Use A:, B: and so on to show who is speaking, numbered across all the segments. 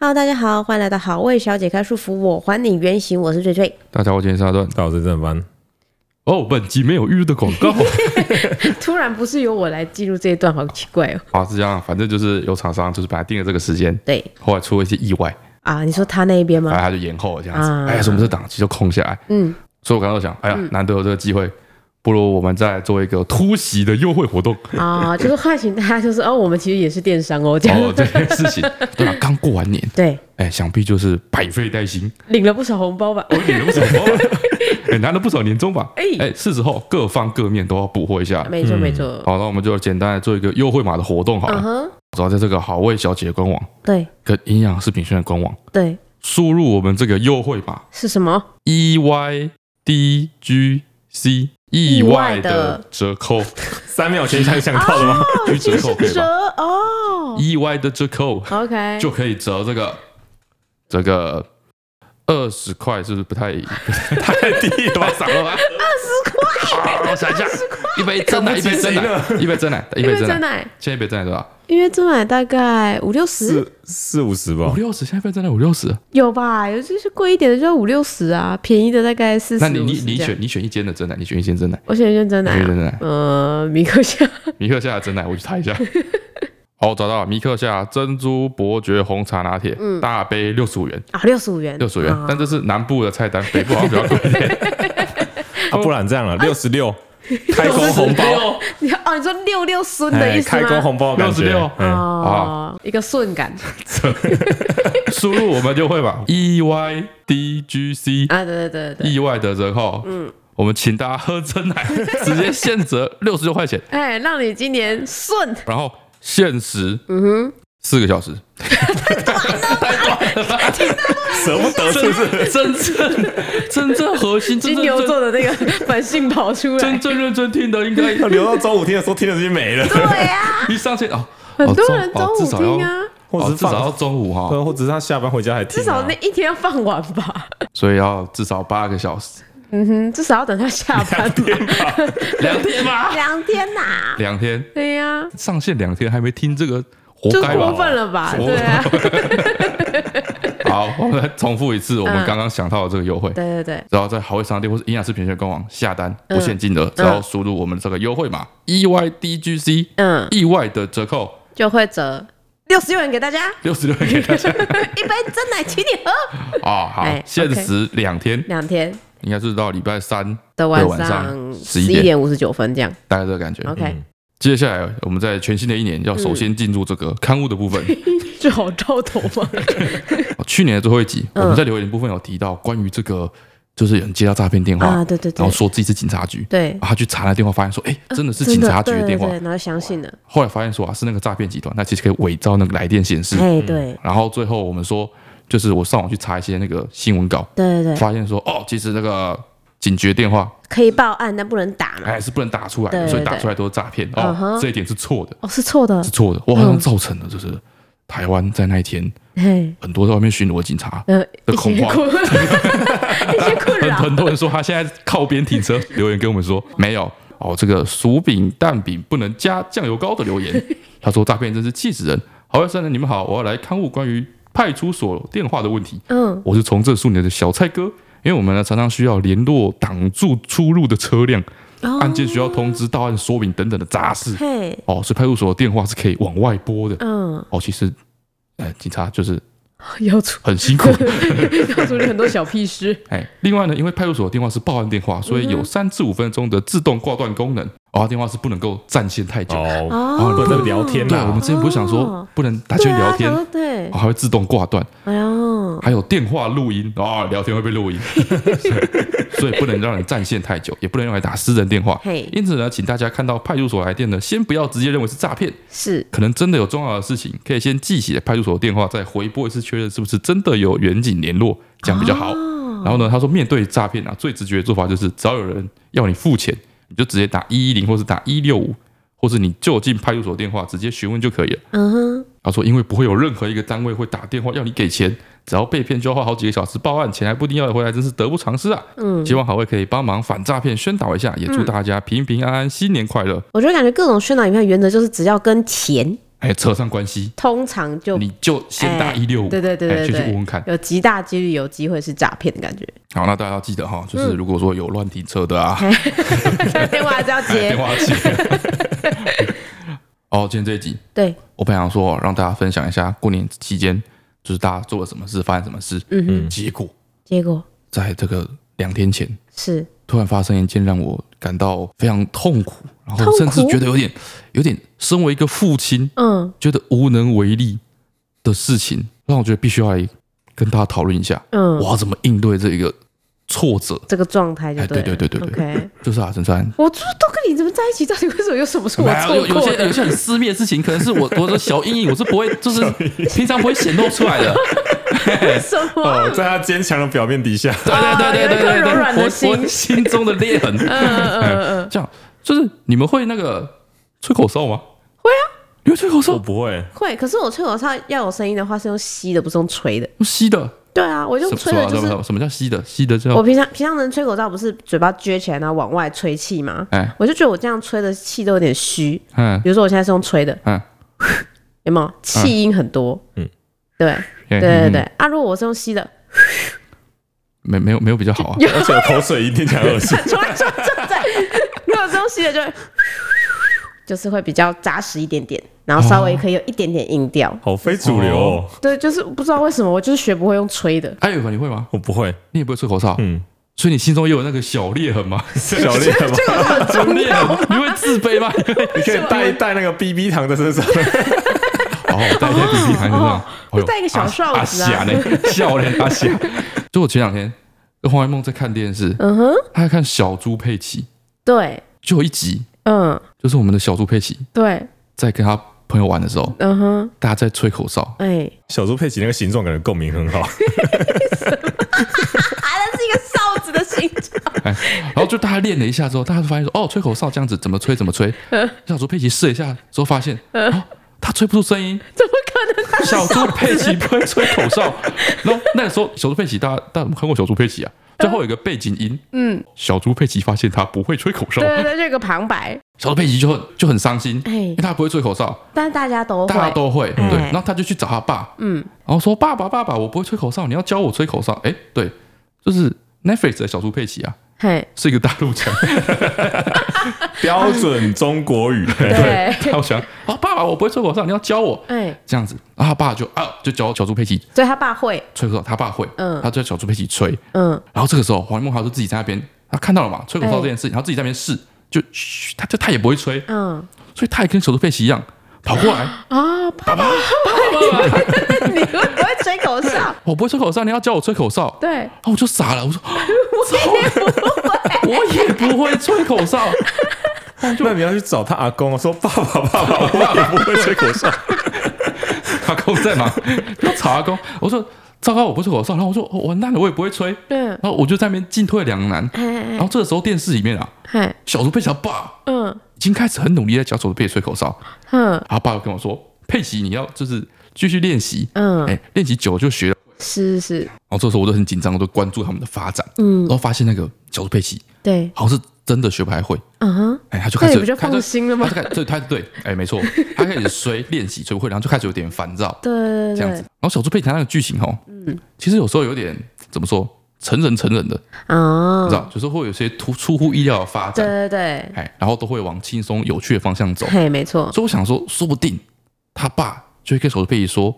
A: Hello，大家好，欢迎来到好味小姐开束缚，我还你原形，我是翠翠。
B: 大家好，我今天是阿段。
C: 大家好，我是郑凡。
B: 哦，本集没有预录的广告。
A: 突然不是由我来记录这一段，好奇怪哦。
B: 好，是这样，反正就是有厂商就是本来定了这个时间，
A: 对
B: 后来出了一些意外，
A: 啊，你说他那一边
B: 然
A: 吗？
B: 后他就延后了这样子
A: 啊。
B: 哎呀，什么时候档期就空下来？
A: 嗯，
B: 所以我刚刚就想，哎呀，难得有这个机会，不如我们再做一个突袭的优惠活 动。
A: 啊，就是唤醒大家，就是哦，我们其实也是电商哦，这样。
B: 哦，这件事 情，对吧？刚过完年，
A: 对，
B: 哎，想必就是百废待兴，哦
A: 领了不少红包吧？
B: 我领了不少包吧， 哎，拿了不少年终吧。
A: 哎
B: 哎，是时候各方各面都要补货一下。
A: 没错，没错。
B: 好，那我们就简单的做一个优惠码的活动好
A: 嗯
B: 了。
A: 哼，
B: 主要在这个好味小姐的官网
A: 对
B: 跟营养食品宣传官网。
A: 对，
B: 输入我们这个优惠码
A: 是什么？
B: E Y D G C
A: 意
B: 意
A: 外
B: 外
A: 的
B: 的折扣，
C: 三秒前想想到了吗？
B: 去折扣
A: 是
B: 可以
A: 折
B: 吧？
A: 哦。
B: 意外的折扣
A: OK，
B: 就可以折这个这个二十块，是不是不太
C: 太低
B: 太
C: 了吧？
B: 少了吧？二十块，我想一下，一杯真奶，一杯真奶，一杯真奶， 一
A: 因
B: 杯
A: 为
B: 真
A: 真
B: 奶，
A: 奶，
B: 现在一杯真奶多少？
A: 因为真奶大概五六十
C: 四四五十吧
B: 五。六十，现在一杯真奶五六十。
A: 有吧？有就是贵一点的就要五六十啊，便宜的大概四十。
B: 那你你
A: 50
B: 你
A: 这样
B: 选你选一间的真奶，你选一间真奶，
A: 我选认真
B: 你
A: 奶
B: 选一
A: 啊，
B: 间真奶。
A: 呃，米克夏。
B: 米克夏的真奶，我去查一下。 好，我找到了米克夏珍珠伯爵红茶拿铁，大杯六十五元，
A: 啊，六十五元，
B: 六十五元。
A: 嗯啊
B: 但这是南部的菜单，北部好像比较 贵。
C: 啊，不然这样了，六十六，开工红包，
A: 你 哦，你说六六孙的
C: 哎
A: 意思吗？
C: 开工红包的感觉
B: 66
C: 嗯
A: 哦，一个顺感
B: 输入我们就会吧，E Y D G C，
A: 啊，对对对对，
B: 意外的折扣。嗯，我们请大家喝真 奶，直接现折六十六块钱，
A: 哎，让你今年顺，
B: 然后限时，嗯哼，四个小时。
C: 舍不得是不 是？
B: 真正真正核心，
A: 金
B: 真正
A: 牛
B: 真
A: 座的那个 本性跑出来
B: 真，正认真听的，应该
C: 要留到周五听的时候，听的就没了，
A: 对呀，
B: 一上线哦，
A: 很多人
B: 哦
A: 中
B: 至
A: 午
B: 少要
A: 听啊，
C: 或者
B: 哦
C: 是
B: 至少要
C: 放，
B: 中午哈，
C: 对或者是他下班回家还听啊。
A: 至少那一天要放完吧，
B: 所以要至少八个小 时，
A: 嗯，至少要等他下班吧，
B: 两天吧，
A: 两天呐，
B: 两天
A: 对呀，
B: 上线两天还没听这个，活
A: 就
B: 该
A: 过
B: 吧？
A: 分了吧，
B: 活
A: 对啊，
B: 好，我们来重复一次我
A: 嗯
B: 们刚刚想到的这个优惠，
A: 对对嗯对，
B: 然后在好味商店或是营养师评选官网下单，不限金额，然后输入我们这个优惠码 E Y D G C，
A: 嗯，
B: 意外的折扣
A: 就会折六十元给大家，
B: 六十六给 大家
A: 一杯真奶请你喝，
B: 啊，好
A: 哎，
B: 限
A: OK
B: 时两天，
A: 两天。
B: 应该是到礼拜三
A: 的
B: 晚
A: 晚
B: 上
A: 十
B: 11
A: 一点五十九分这样。
B: 大概这个感觉。
A: OK，、
B: 接下来我们在全新的一年要首先进入这
A: 嗯
B: 个刊物 的部分。哦
A: 这好兆头吗？
B: 去年的最后一集，
A: 嗯
B: 我们在留言部分有提到关于这个，就是有人接到诈骗电话，
A: 啊，对对对
B: 然后，说自己是警察局，
A: 对啊
B: 然，后他去查那电话，发现说，哎、真的是
A: 真
B: 警察局
A: 对
B: 的电话。
A: 对对然后相信了，
B: 后来发现说啊，是那个诈骗集团，那其实可以伪造那个来电显示。
A: 哎，对
B: 然后最后我们说，就是我上网去查一些那个新闻稿，
A: 对对对，
B: 发现说，哦，其实那个警觉电话
A: 可以报案，但不能打嘛。
B: 哎是不能打出来的，
A: 对对
B: 所以打
A: 对
B: 出来都是诈骗。
A: 嗯
B: 哦
A: 哼，嗯
B: 这一点是错的，
A: 哦，是错的
B: 是，错的。我好像造成了就是台湾在那一天
A: 嘿，
B: 很多在外面巡逻的警察
A: 呃，
B: 的
A: 一
B: 恐
A: 些
B: 慌
A: 困， 一些困
B: 很
A: 扰
B: 很，多人说他现在靠边停 车，留言跟我们说没有哦，这个薯饼蛋饼不能加酱油膏的 留言，他说诈骗真是气死人。好，先生你们好，我要来刊物关于派出所电话的问题。
A: 嗯，
B: 我是从政数年的小蔡哥，因为我们呢常常需要联络挡住出入的车辆，
A: 哦
B: 案件需要通知到案说明等等的杂事
A: 嘿，
B: 哦，所以派出所的电话是可以往外拨的
A: 嗯，
B: 哦。其实，呃，警察就是
A: 要 处
B: 很辛苦。
A: 要处理很多小屁事，
B: 哎，另外呢，因为派出所的电话是报案电话，所以
A: 嗯
B: 有三至五分钟的自动挂断功能。哦，电话是不能够占线太久。
C: 哦，
A: 哦，
C: 不能聊天啊
B: 对，我们
C: 啦。
B: 之前不是想说不能打
A: 对
B: 圈
A: 啊
B: 聊天，
A: 想
B: 哦
A: 说对，
B: 还会自动挂断。
A: 哎呦，
B: 还有电话录音啊、哦，聊天会被 录音，所以所以不能让人占线太久，也不能用来打私人电话
A: 嘿。
B: 因此呢，请大家看到派出所来电呢，先不要直接认为是诈骗，
A: 是，
B: 可能真的有重要的事情，可以先记起派出所电话，再回拨一次确认是不是真的有远景联络，这样比较好。然后呢，他说面对诈骗啊，最直觉的做法就是，只要有人要你付钱，你就直接打一一零，或是打一六五，或是你就近派出所电话直接询问就可以了。
A: 嗯哼，
B: 他说，因为不会有任何一个单位会打电话要你给钱，只要被骗就要花好几个小时报案，钱还不一定要得回来，真是得不偿失啊！嗯，希望好味可以帮忙反诈骗宣导一下，也祝大家平平安安，新年快乐！
A: 我就感觉各种宣导影片的原则就是只要跟钱，
B: 哎，扯上关系，
A: 通常就
B: 你就先打
A: 哎
B: 一六五，
A: 对对对
B: 哎
A: 对
B: 先
A: 对，
B: 去问问看。
A: 有极大几率有机会是诈骗的感 觉。
B: 好，那大家要记得哈，就是
A: 嗯
B: 如果说有乱停 车的啊，哎
A: 电话还是要
B: 电
A: 接，
B: 话记得。 哦，今天这一集
A: 对，
B: 我本来想说让大家分享一下过年期间就是大家做了什么事，发生什么事。嗯哼，结果
A: 结果
B: 在这个两天前，
A: 是
B: 突然发生一件让我感到非常痛苦，然后
A: 痛
B: 甚
A: 苦
B: 至觉得有点有点，身为一个父亲，
A: 嗯
B: 觉得无能为力的事情，让我觉得必须要来跟大家讨论一下，
A: 嗯
B: 我，要怎么应对这个挫折。
A: 这个状态就
B: 哎，对
A: 了
B: 对对对对
A: OK，
B: 就是啊，陈珊，
A: 我就都跟你怎么在一起，到底为什么有什么是我
B: 没有
A: 错
B: 有有
A: 过
B: 些有
A: 的？
B: 些很私密的事情，可能是我我的小阴影，我是不会，就是平常不会显露出来的。
A: 什么？
C: 哦，在他坚强的表面底下，
B: 对对
A: 有
B: 对对
A: 一颗
B: 对对
A: 柔软的
B: 对，我我
A: 心
B: 心中的裂痕。这样就是你们会那个吹口哨吗？
A: 会啊，
B: 你会吹口哨
C: 我？不会，
A: 会，可是我吹口哨要有声音的话是用吸的，不是用吹的。
B: 用吸的？
A: 对啊，我用
B: 哦
A: 吹
B: 什么什么
A: 的
B: 啊
A: 就
B: 什
A: 是
B: 么哦什么叫吸的？吸的
A: 我
B: 叫
A: 平常平常人吹口哨不是嘴巴撅起来然后往外吹气吗？
B: 哎
A: 我就觉得我这样吹的气都有点虚。
B: 嗯
A: 比如说我现在是用吹的，
B: 嗯
A: 有没有气音很多？
C: 嗯
A: 嗯，对
B: 对
A: 对对对，。啊，如果我是用吸的，。
B: 没没有没有比较好啊，
C: 而且我口水一定讲恶心
A: 重来说正在，如果是用吸的就会 就是会比较扎实一点点，然后稍微可以有一点点音调。
C: 好非主流哦，
A: 对，就是不知道为什么我就是学不会用吹的。
B: 哎，有你会吗？
C: 我不会。
B: 你也不会吹口哨，
C: 嗯，
B: 所以你心中也有那个小裂痕吗？
C: 小烈吗？
A: 这个很
B: 小
A: 重
B: 裂
A: 要，
B: 痕，你会自卑吗？你会
C: 你可以带带那个 BB 糖在身上，
B: 哦，带带 B B 看就这样，哎呦
A: 哦带一个小哨子啊
B: 阿霞呢，笑脸 阿霞。就我前两天跟黄一梦在看电视，
A: 嗯哼，
B: 他在看小猪佩奇，
A: 对，
B: 就有一集
A: 嗯，
B: 就是我们的小猪佩奇
A: 对，
B: 在跟他朋友玩的时候，
A: 嗯哼，
B: 大家在吹口哨，
A: 哎、
C: 小猪佩奇那个形状感觉共鸣很好。
A: 啊，那是一个哨子的形状。
B: 哎，然后就大家练了一下之后，大家就发现说，哦，吹口哨这样子怎么吹怎么吹。
A: 嗯
B: 小猪佩奇试了一下之后发现，哦，他吹不出声音，
A: 怎么可能？
B: 小猪佩奇不会吹口 哨。然后那个时候，小猪佩奇大家大家有没有看过小猪佩奇啊？最后有一个背景音，
A: 嗯，
B: 小猪佩奇发现他不会吹口哨
A: 对，对对，这个旁白，
B: 小猪佩奇就很就很伤心，
A: 哎
B: 因为他不会吹口哨，
A: 但是大家都会，
B: 大家都会，
A: 哎
B: 对，然后他就去找他爸，嗯，然后说爸爸爸爸，我不会吹口哨，你要教我吹口哨。哎，对，就是 Netflix 的小猪佩奇啊，
A: 嘿，
B: 是一个大 陆腔。
C: 标准中国 语，
A: 对，
B: 他我想，哦，爸爸，我不会吹口哨，你要教我
A: 哎、
B: 这样子。然后他爸就啊，就教小猪佩奇
A: 所以他爸会，
B: 吹口哨，他爸会，
A: 嗯
B: 他就叫小猪佩奇吹。
A: 嗯，
B: 然后这个时候，黄梦豪就自己在那边，他看到了嘛，吹口哨这件事情，然后自己在那边试，就嘘他就他也不会吹，
A: 嗯，
B: 所以他也跟小猪佩奇一样跑过来，
A: 啊，爸爸，
B: 爸爸，
A: 你会不会吹口 哨？
B: 我不会吹口哨，你要教我吹口哨。
A: 对，
B: 然后我就傻了，我说
A: 我也不会。
B: 我也不会吹口哨，
C: 那你要去找他阿公说：“爸爸，爸爸，我也不会吹口 哨。
B: 阿公在 忙，要吵阿公。我说糟糕，我不会吹口哨，然后我说哦完蛋了，我也不会吹，
A: 嗯，
B: 然后我就在那边进退两难。
A: 哎哎
B: 然后这个时候电视里面啊，
A: 哎，
B: 小猪佩奇他爸
A: 嗯
B: 已经开始很努力在教小猪佩奇吹口哨，
A: 哼，
B: 然后爸又跟我说：“佩奇，你要就是继续练习，
A: 嗯，
B: 哎，练习久了就学了。
A: 是是是，”
B: 然后这时候我就很紧张，我就关注他们的发展，
A: 嗯
B: 然后发现那个小猪佩奇
A: 对，
B: 好像是真的学不太会，
A: 嗯哼，
B: 哎，他就开
A: 那
B: 始
A: 你不就
B: 他
A: 放心了
B: 他
A: 吗
B: 就？开对，他对，哎，没错，他开始吹练习吹不会，然后就开始有点烦躁
A: 对对
B: 这样子。
A: 对，
B: 然后小猪佩奇他那个剧情哦，嗯，其实有时候有点怎么说，成人成人的，
A: 啊
B: 你知，道，就是会有些突出乎意料的发
A: 对对
B: 展，
A: 对，
B: 哎，然后都会往轻松有趣的方向走。
A: 嘿，没错，
B: 所以我想说，说不定他爸就会跟手背说，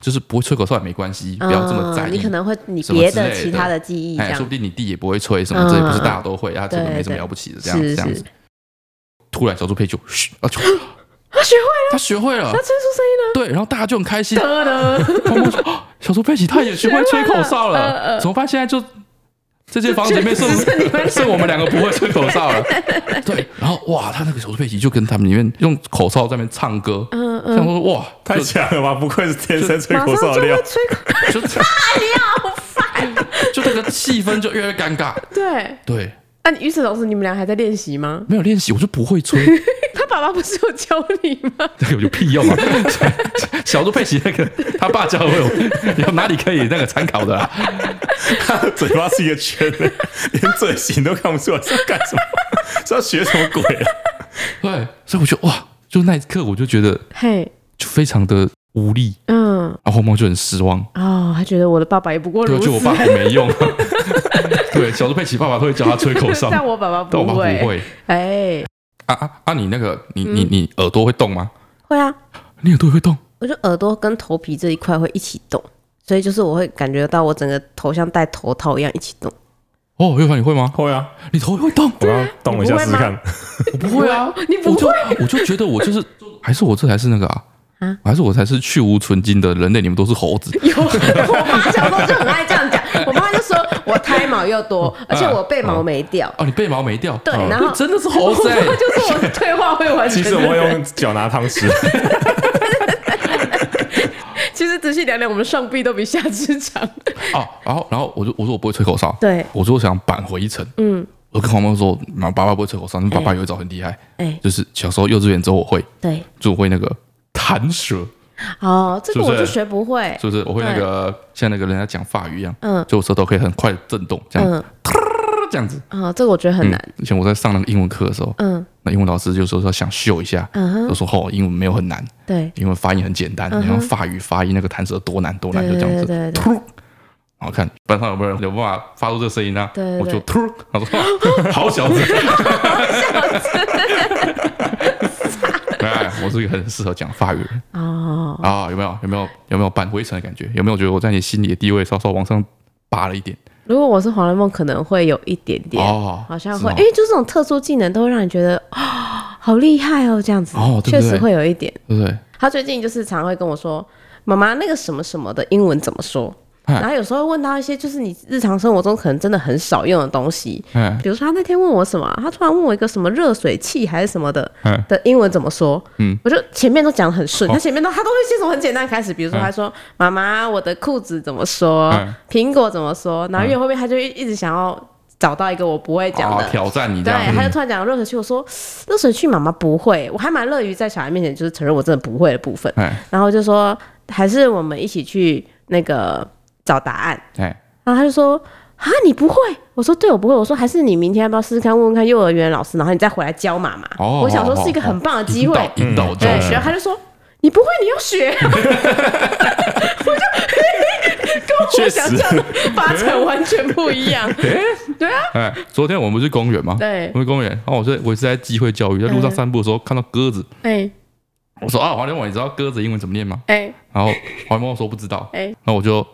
B: 就是不会吹口哨也没关系，不要这么在
A: 嗯
B: 意。
A: 你可能会你
B: 什么
A: 别
B: 之类
A: 的
B: 的
A: 其他的记忆这
B: 哎，
A: 样
B: 说不定你弟也不会吹什么，这也不是大家都会啊，这个
A: 对
B: 没什么
A: 对
B: 了不起的，这样子
A: 是
B: 这样
A: 是
B: 子。突然，小猪佩就嘘啊，就
A: 他学会
B: 他学会了
A: 他，吹出声音了。
B: 对，然后大家就很开心。
A: 得
C: 呃
A: 了，
B: 我们说，哦小猪佩奇他也学会吹口哨
A: 学会了呃
B: 了，
A: 呃
B: 怎么办？现在就这间房子里面剩
A: 只剩你们两 个
B: 剩我们两个不会吹口 哨了。对，然后哇，他那个小猪佩奇就跟他们里面用口哨在那边唱歌，
A: 嗯
B: 想说哇，”
C: 太
B: 就
C: 强了吧！不愧是天生吹
A: 马
C: 口
A: 上
C: 哨
A: 就
C: 的料
A: 会。吹口，
B: 就你好烦，就这个气氛就越来越尴尬。
A: 对，
B: 对，
A: 啊，那你与此同时，你们俩还在练习吗？
B: 没有练习，我就不会吹，
A: 他爸爸不是有教你吗？
B: 这个有屁用啊！ 小猪佩奇那个他爸教我，有哪里可以那个参考的啊？
C: 他的 嘴巴是一个圈 的，连嘴型都看不出来是要干什么， 是要学什么鬼啊？
B: 对，所以我就哇，就那一刻我就觉得
A: 嘿，
B: 就非常的无力，
A: 嗯，
B: 然后猫就很失望，
A: 哦，他觉得我的爸爸也不过
B: 对，啊
A: 如
B: 就我
A: 此
B: 爸。也没 用、对，小猪佩奇爸爸都会教他吹口哨，
A: 但我爸爸
B: 但我
A: 不
B: 爸不
A: 会。嗯
B: 会。
A: 哎，
B: 啊啊啊！你那个，你你你耳朵会动吗？
A: 会啊，
B: 你耳朵会动？
A: 我就耳朵跟头皮这一块会一起动，所以就是我会感觉到我整个头像戴头套一样一起动。
B: 哦，月凡你会吗？
C: 会啊，
B: 你头会动？
C: 我刚刚动了一下试试看，
B: 我不会啊，
A: 你
B: 我
A: 不
B: 就
A: 会？
B: 我就觉得我就是，还是我这才是那个啊，
A: 啊
B: 还是我才是去无存精的人类，你们都是猴子。
A: 有， 我妈小时候就很爱这样讲，我妈就说我胎毛又多，
B: 嗯
A: 而且我背毛没掉。
B: 哦，你背毛没掉？
A: 对
B: 哦
A: 然后
B: 你真的是猴子、
A: 我妈
B: 欸。
A: 就是 我退化会完全
C: 其
A: 的
C: 实我会
A: 人。
C: 用脚拿汤 匙，
A: 其实仔细量量，我们上臂都比下肢 长。
B: 哦，然后然后我就我说我不会吹口哨，
A: 对
B: 我说我想扳回一城。
A: 嗯，
B: 我跟黄妈说，妈爸爸不会吹口哨，但爸爸有一招很厉害，
A: 哎，
B: 就是小时候幼稚园之后我会，
A: 对，
B: 就我会那个弹舌，
A: 哦，这个
B: 是不
A: 我就
B: 是
A: 学不会。
B: 就是我会那个像那个人家讲法语一样，
A: 嗯
B: 就我舌头可以很快地震动，这样
A: 嗯，
B: 这样子。
A: 哦，这个我觉得很难。
B: 嗯。以前我在上那个英文课的时候，
A: 嗯
B: 那英文老师就说说想秀一下，
A: 嗯哼，
B: 就说哦，英文没有很难，
A: 对，
B: 英文发音很简单，
A: 嗯
B: 你
A: 哼
B: 用法语发音那个弹舌多难多难，就这样
A: 对对
B: 子
A: 对对
B: 突，然后看班上有没有人有办法发出这个声音呢？
A: 对对
B: 我
A: 对
B: 就突，他说 好小子，哎，我是一个很适合讲法语的 人
A: 哦，
B: 啊，有没有有没有有没有扳回一城的感觉？有没有觉得我在你心里的地位稍稍往上拔了一点？
A: 如果我是黄雷梦，可能会有一点点，
B: 哦
A: 好像
B: 是
A: 会，
B: 哦
A: 因为就这种特殊技能都会让你觉得 啊、好厉害哦，这样子，
B: 哦对
A: 确
B: 不
A: 实
B: 对
A: 会有一点。
B: 对不对？
A: 他最近就是常会跟我说，妈妈那个什么什么的英文怎么说？
B: 嗨
A: 然后有时候会问到一些就是你日常生活中可能真的很少用的东西，
B: 嗯
A: 比如说他那天问我什么啊，他突然问我一个什么热水器还是什么的
B: 嗯
A: 的英文怎么说，
B: 嗯，
A: 我就前面都讲的很顺，
B: 哦
A: 他前面都他都会先从很简单开始，比如说
B: 嗯
A: 他说妈妈我的裤子怎么说
B: 嗯，
A: 苹果怎么说，然后
B: 哎
A: 越后面他就一直想要找到一个我不会讲
B: 啊
A: 的，
B: 挑战你这
A: 对，
B: 样嗯
A: 他就
B: 子，
A: 突然讲热水器，我说热水器妈妈不会，我还蛮乐于在小孩面前就是承认我真的不会的部分，
B: 哎
A: 然后就说还是我们一起去那个找答案，
B: 哎，
A: 然后他就说啊你不会，我说对我不会，我说还是你明天要不要试试看问问看幼儿园老师，然后你再回来教妈妈。
B: 哦
A: 我想说
B: 哦
A: 是一个很棒的机会，
B: 哦引导引导
A: 对，
B: 中
A: 然后他就说你不会你要 学，我
C: 确
A: 就
C: 实
A: 跟我想象的发展完全不一 样，对啊，
B: 哎，昨天我们去公园嘛，
A: 对嗯
B: 我们去公园，然后我是我是在机会教育，在路上散步的时候看到鸽子，
A: 哎
B: 我说啊，黄连网，你知道鸽子英文怎么念吗？
A: 哎
B: 然后黄连梦说不知道，
A: 哎
B: 然后我就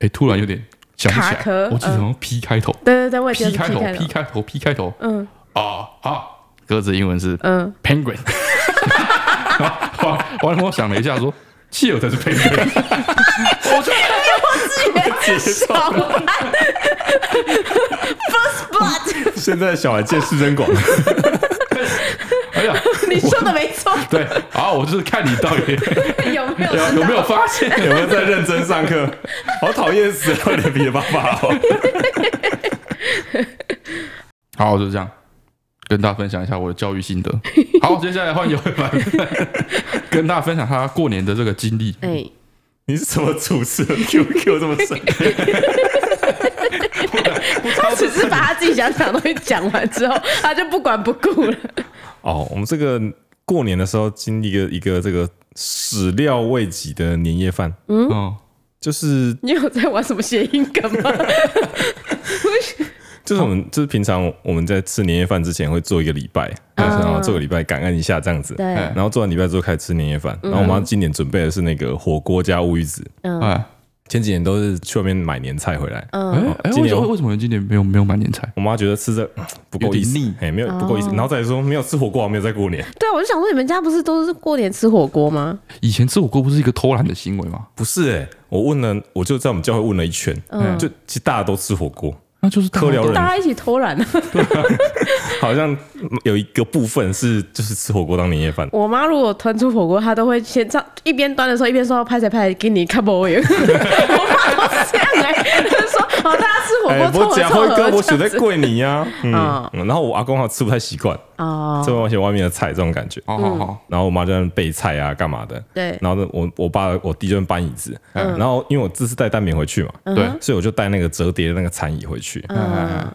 B: 哎突然有点想不起
A: 卡
B: 来
A: 壳，
B: 我记得好像 P 开头
A: 对对对，我也觉得
B: ，P
A: 是
B: 开头
A: P
B: ，P 开头，P 开头
A: 嗯
B: 啊啊，鸽子英文是
A: 嗯，
B: penguin，然后黄黄连梦想了一下说，企鹅才是 penguin，我就
C: 接受。
A: 好吧 First blood，
C: 现在小孩见识真 广，
B: 哎呀，
A: 你说的没 错，
B: 对，然后我就是看你到 底
A: 有没有
B: 有有没有发现。
C: 有没有在认真上课？好讨厌死了，脸皮的爸爸哦！
B: 好，就这样跟大家分享一下我的教育心 得。好，接下来换尤凡 跟大家分享他过年的这个经历。
A: 哎，
C: 你是什么主持人？QQ 这么深？
A: 他只是把他自己想讲的东西讲完之后，他就不管不顾了。
C: 哦，我们这个过年的时候经历了一个这个始料未及的年夜饭，
B: 嗯，
C: 就是
A: 你有在玩什么谐音梗吗？
C: 就是我们就是平常我们在吃年夜饭之前会做一个礼拜，然后做个礼拜感恩一下这样子。
A: 对，
B: 哎
C: 然后做完礼拜之后开始吃年夜饭，然后我妈今年准备的是那个火锅加乌鱼子，
A: 嗯，
B: 哎
C: 前几年都是去外面买年菜回来，
B: 哎哎，
C: 哦今
B: 为什
C: 年
B: 么为什么今年没有没有买年菜？
C: 我妈觉得吃这嗯不够意思
B: 有点腻，
C: 哎，没有不够意思，然后再说没有吃火锅，啊没有在过年，
A: 对，我就想说，你们家不是都是过年吃火锅吗？
B: 以前吃火锅不是一个偷懒的行为吗？
C: 不是
B: 欸
C: 哎，我问了，我就在我们教会问了一圈，
B: 嗯
C: 就其实大家都吃火锅，
B: 那就是大家
C: 科聊
B: 都
C: 人
A: 大家一起偷懒啊！
C: 好像有一个部分是就是吃火锅当年夜饭，
A: 我妈如果端出火锅，她都会先上一边端的时候，一边说拍谁拍谁给你看不我我妈都是这样哎、她就说哦，大家吃
C: 哎、
A: 火锅
C: 我
A: 凑合
C: 假
A: 凑
C: 会跟
A: 合这
C: 我写在
A: 样子。
C: 桂你呀、嗯
A: 哦
C: 嗯，然后我阿公好像吃不太习惯，
A: 哦，
C: 这外些外面的菜这种感觉。
B: 哦好好好，
C: 然后我妈就在那边备菜啊，干嘛的？
A: 对嗯
C: 然后呢我我爸我弟就在那边搬椅子，然后因为我这次带蛋饼回去嘛，
B: 对，
C: 所以我就带那个折叠的那个餐椅回去，
B: 嗯，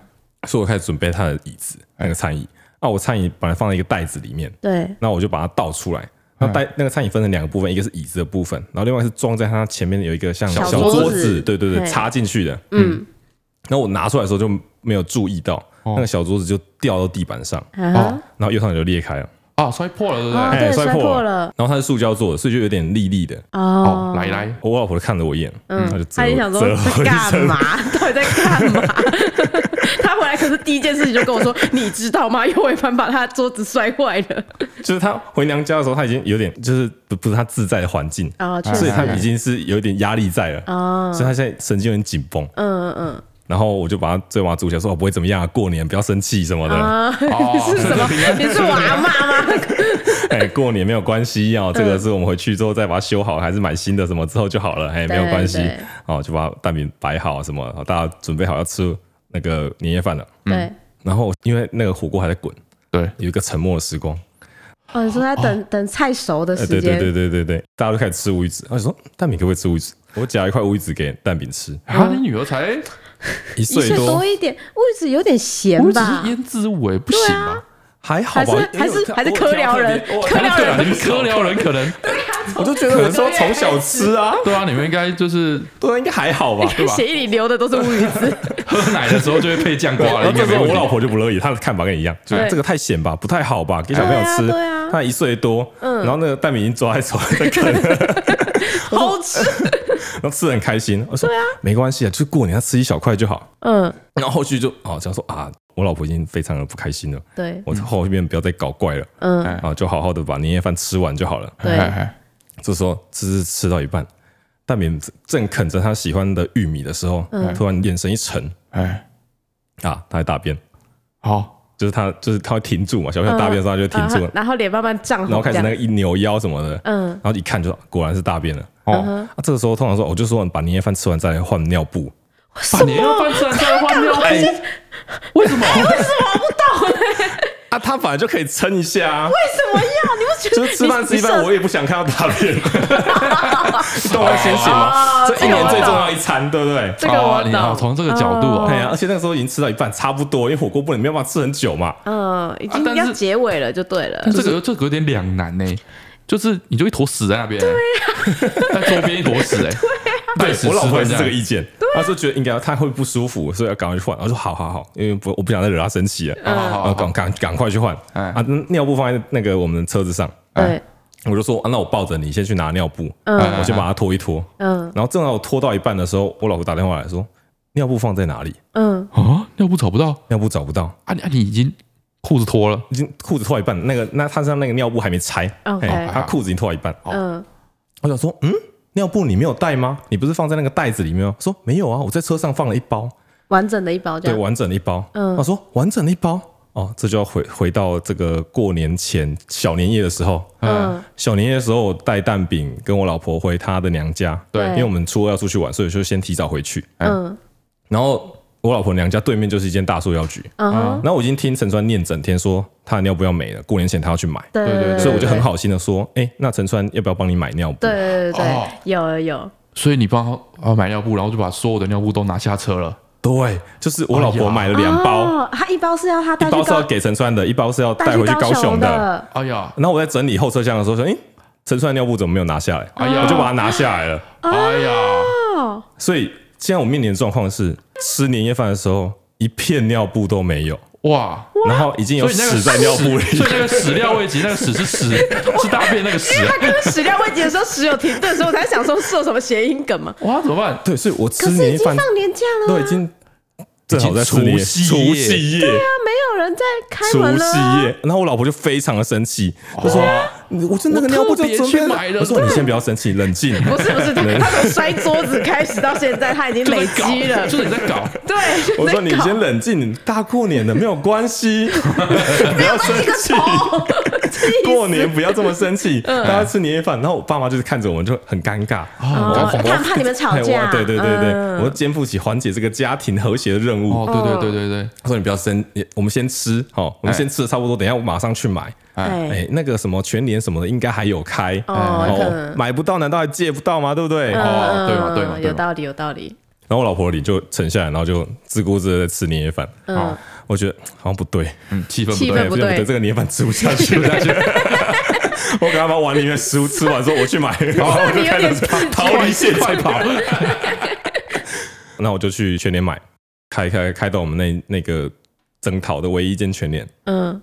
C: 所以我开始准备他的椅子那个餐椅。啊，我餐椅本来放在一个袋子里面，
A: 对，
C: 那我就把它倒出来。那袋那个餐椅分成两个部分，一个是椅子的部分，然后另外是装在它前面有一个像
A: 小
C: 小
A: 桌
C: 桌
A: 子
C: 对对对，
A: 对
C: 插进去的。
A: 嗯，
C: 然后我拿出来的时候就没有注意到，
B: 哦
C: 那个小桌子就掉到地板上，
A: 啊哈
B: 哦，
C: 然后右上角就裂开了，
B: 啊，摔破了，对不
A: 哦，
B: 对？
C: 哎
A: 对，
C: 摔
A: 摔
C: 破
A: 破
C: 了
A: 了，
C: 然后它是塑胶做的，所以就有点粒粒的。
B: 哦
A: 哦，，
B: 来，来，
C: 我老婆看着我一眼，嗯，她就折
A: 他就想说
C: 折
A: 在
C: 回
A: 干
C: 身
A: 嘛？ 到底在干嘛？ 他回来可是第一件事情就跟我说，你知道吗？又伟凡把他桌子摔坏了。
C: 就是她回娘家的时候，她已经有点就是不不是她自在的环境，
A: 哦，确
C: 哎所以
A: 实，
C: 她已经是有点压力在了，
A: 哦，
C: 所以她现在神经有点紧绷。
A: 嗯嗯
C: 然后我就把她最把她住起来，说哦不会怎么样啊，过年不要生气什么
A: 嗯，
C: 的，
A: 啊，
B: 哦
A: 你 是什么？你是我阿妈吗？
C: 哎，过年没有关系哦，这个是我们回去之后再把它修好，还是买新的什么之后就好了，哎，没有关系
A: 对对，
C: 哦，就把蛋饼摆好什么，哦大家准备好要吃那个年夜饭了。
A: 对，
C: 然后因为那个火锅还在滚，
B: 对，
C: 有一个沉默的时光，
A: 哦，你说他等等菜熟的
C: 哎，
A: 时
C: 对对
A: 间，
C: 对对对对，大家都开始吃乌鱼子，我就说蛋饼可不可以吃乌鱼子？我夹一块乌鱼子给蛋饼吃，
A: 嗯
B: 啊，你女儿才
C: 一
A: 一
C: 岁
A: 岁
C: 多
A: 多，一点，位置有点咸
B: 我只
A: 吧
B: 是？腌制物哎，不行
A: 啊
B: 吧？
C: 还好
A: 还？
C: 吧
A: 是
C: 因为我
A: 还是
C: 挑
A: 还是
C: 我挑
A: 科寮人
C: 特别我
A: 科寮人
B: 对啊你们科聊人可能，
C: 我就觉得我说从小吃啊，
B: 对啊，你们应该就是
C: 对啊，应该还好吧？
B: 对吧？
A: 血液里流的都是乌鱼子，
B: 喝奶的时候就会配酱瓜
C: 然
B: 了，
C: 后
B: 应该
C: 哦这时
B: 没
C: 候
B: 问
C: 我
B: 题。
C: 老婆就不乐意，她的看法跟你一样，就是
A: 对
C: 这个太咸吧，不太好吧，给小朋友吃。
A: 对啊对啊嗯
C: 她一岁多，然后那个蛋饼已经抓在手 在啃，
A: 好吃。
C: 然后吃的很开心。我说对啊，没关系啊，就是过年她吃一小块就好。
A: 嗯，
C: 然后后续就哦，这样说啊，我老婆已经非常的不开心了，
A: 对，
C: 我后面不要再搞怪了，
A: 嗯，
C: 啊，就好好的把年夜饭吃完就好了。
A: 对
B: 哎哎
C: 这时候吃吃吃到一半，蛋饼正啃着她喜欢的玉米的时候，突然眼神一沉
B: 哎，
C: 啊，她在大便，
B: 好，
C: 就是她就是她会停住嘛，小朋友大便的时候她就停
A: 然
C: 住
A: 后
C: 了。
A: 然后脸慢慢涨红，
C: 然后开始那
A: 这
C: 个
A: 样
C: 一扭腰什么的，
A: 嗯
C: 然后一看就果然是大便了。
B: 哦，
C: 啊，这个时候通常说，我就说把年夜饭吃完再来换尿布。
B: 把年夜饭吃 完再换尿
C: 哎、
B: 为什么？
C: 啊，他本来就可以撑一下、啊，
A: 为什么要？你不觉得
C: 就是吃饭吃一
A: 你
C: 半，
A: 你
C: 我也不想看到大 便，懂我的心情吗？
A: 哦
C: 啊这一年最重要一餐，对不对？
A: 这个我
B: 哦你好，
A: 懂哦
B: 从这个角度
C: 哎
B: 啊，
C: 呀，而且那个时候已经吃到一半，差不多，因为火锅不能没有办法吃很久嘛。
A: 嗯，已经
B: 啊但是
A: 要结尾了，就对了
B: 但。这个这个有点两难呢，就是你就一坨屎在那边，对
A: 啊
B: 在桌边一坨屎哎，
C: 对
B: 对，
C: 我老婆也是这个意见，
B: 啊
C: 她说觉得应该她会不舒服，所以要赶快去换。我说好好好，因为不我不想再惹她生气了，
B: 嗯好好好
C: 啊，赶赶赶快去换
B: 哎
C: 啊！尿布放在那个我们的车子上，
A: 对，
C: 我就说、啊那我抱着你先去拿尿布，
A: 嗯
C: 我先把它拖一拖。
A: 嗯
C: 然后正好我拖到一半的时候，我老婆打电话来说，尿布放在哪里？
A: 嗯，
B: 啊，尿布找不到
C: 尿布找不到，
B: 啊，你啊你已经裤子脱了，
C: 已经裤子脱到一半，那个那她身上那个尿布还没拆，
A: OK
C: 哎她裤子已经脱到一半。
A: 嗯，
C: 我想说，嗯，尿布你没有带吗？你不是放在那个袋子里面吗？她说没有啊，我在车上放了一包，
A: 完整的一包这
C: 对，
A: 样。
C: 完整的一包。
A: 嗯
C: 她说完整的一包。哦，这就要回回到这个过年前小年夜的时候，
A: 嗯，
C: 小年夜的时候我带蛋饼跟我老婆回她的娘家，
B: 对
C: 因为我们初二要出去玩，所以就先提早回去。哎
A: 嗯
C: 然后我老婆娘家对面就是一间大塑料局，
A: 嗯哼，
C: 然后我已经听陈川念整天说她的尿布要没了，过年前她要去买，
A: 对
B: 对对
A: 对，
C: 所以我就很好心的说，哎、那陈川要不要帮你买尿布？
A: 对。对对对
B: 哦
A: 对，有有有，
B: 所以你帮他啊买尿布，然后就把所有的尿布都拿下车了，
C: 对，就是我老
B: 哎
C: 婆
B: 呀
C: 买了两包，
A: 哦，他一包是要他带
C: 一包
A: 去
C: 是要
A: 高，
C: 给陈川的，一包是要
A: 带
C: 带回去高雄
A: 雄
C: 的。
A: 的。
B: 哎呀，
C: 然后我在整理后车厢的时候说，哎、陈川的尿布怎么没有拿下来？
B: 哎呀
C: 我就把它拿下来了。
D: 啊
B: 哎呀。
A: 哦，
C: 所以现在我面临的状况是，吃年夜饭的时候一片尿布都没有，
B: 哇！
C: 然后已经有
B: 所以那个
C: 屎在尿布里。
B: 所以那个屎料未及，那个屎是屎，是大便那个屎。
A: 他刚刚始料未及的时候，时有停顿的时候，我才想说是有什么谐音梗 嘛。
B: 哇，怎么办？
C: 对，所以我
A: 可
C: 吃
A: 是
C: 年
A: 已
C: 夜
A: 经
C: 饭
A: 放年假了
C: 都
A: 啊，
C: 已经正好在
B: 除
C: 吃年夜
B: 夕
C: 除
B: 夜
C: 夕夜，
A: 没有人在开
C: 除
A: 门了
C: 夕
A: 啊。
C: 夜，然后我老婆就非常的生气，就说：“你我就那个尿布就
B: 我
C: 准
B: 特别
C: 备
B: 去买的
C: 我说：“你先不要生气，冷静。
A: 不是不是，他他从摔桌子开始到现在，他已经
B: 就
A: 累
B: 在搞
A: 积 了。
B: 就是你在搞。
A: 对，就”在
C: 我说：“你
A: 搞
C: 先冷静，大过年的没有关系，不要生气。”过年不要这么生 气，
D: 嗯
C: 大家吃年夜饭。然后我爸妈就是看着我们就很尴尬，
D: 哦
C: 我
D: 他很怕你们吵架
C: 哎我对对对对，
D: 嗯
C: 我要肩负起缓解这个家庭和谐的任务。
B: 哦，对对对对对，
C: 他说你不要生，你我们先吃，好，我们先吃的差不多，等一下我马上去买。
D: 哎
C: 哎，那个什么全联什么的应该还有开，
D: 哦可能
C: 买不到难道还借不到吗？对不对？哦
B: 哦，对嘛对嘛
D: 嗯
B: 对
D: 有
B: 嘛，
D: 道理，有道理。
C: 然后我老婆脸就沉下来，然后就自顾自的在吃年夜饭。
D: 嗯
C: 哦
B: 好，
C: 我觉得好像不对，
B: 嗯，气氛
D: 气
B: 不对，
C: 对，
D: 氛不
C: 不
D: 对
C: 对，这个年夜饭吃不下去，吃不下 去。我赶快把碗里面的食物吃完，说我去买，然后我就开始逃离现
B: 快
C: 场
B: 跑
C: 跑。！ 那我就去全联买，开开开到我们那那个征讨的唯一一间全联，
D: 嗯，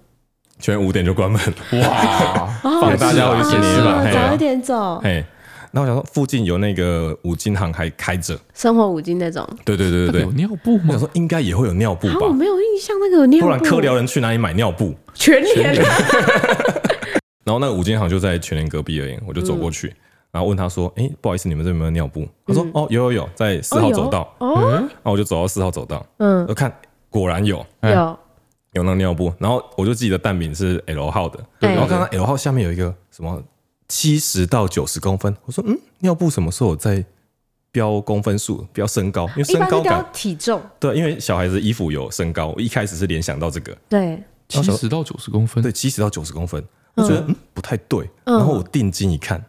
C: 全联五点就关门，
B: 哇，
C: 放大家回去吃年夜饭。
D: 哦
C: 嘿
D: 早一
C: 啊
D: 点走，
C: 嘿，那我想说附近有那个五金行还开着，
D: 生活五金那种。
C: 对对对对
B: 有
C: 对，
B: 尿布
C: 我
B: 吗
C: 想？说应该也会有尿布
D: 啊，我
C: 吧，
D: 嗯没有印象那个有尿
C: 不
D: 布。
C: 然客聊人去哪里买尿布？
D: 全啊脸
C: 然后那个五金行就在全联隔壁而已，我就走
D: 嗯
C: 过去，然后问他说：“哎、不好意思，你们这边有没有尿布？”他说：“哦，有有有，在四号走道。嗯
D: 哦，
C: 然后我就走到四号走道，
D: 嗯
C: 我，看果然有
B: 哎
D: 有
C: 有那个尿布，然后我就记得蛋饼是 L 号的，
D: 对
C: 然后看到 L 号下面有一个什么七十到九十公分，我说：“嗯，尿布什么时候有在标公分数、标身高？因为
D: 一
C: 身
D: 般
C: 高
D: 是
C: 感
D: 标体重，
C: 对，啊因为小孩子衣服有身高，我一开始是联想到这个，
D: 对，
B: 七十到九十公分，
C: 对，七十到九十公分，我觉得、嗯、不太对。然后我定睛一看，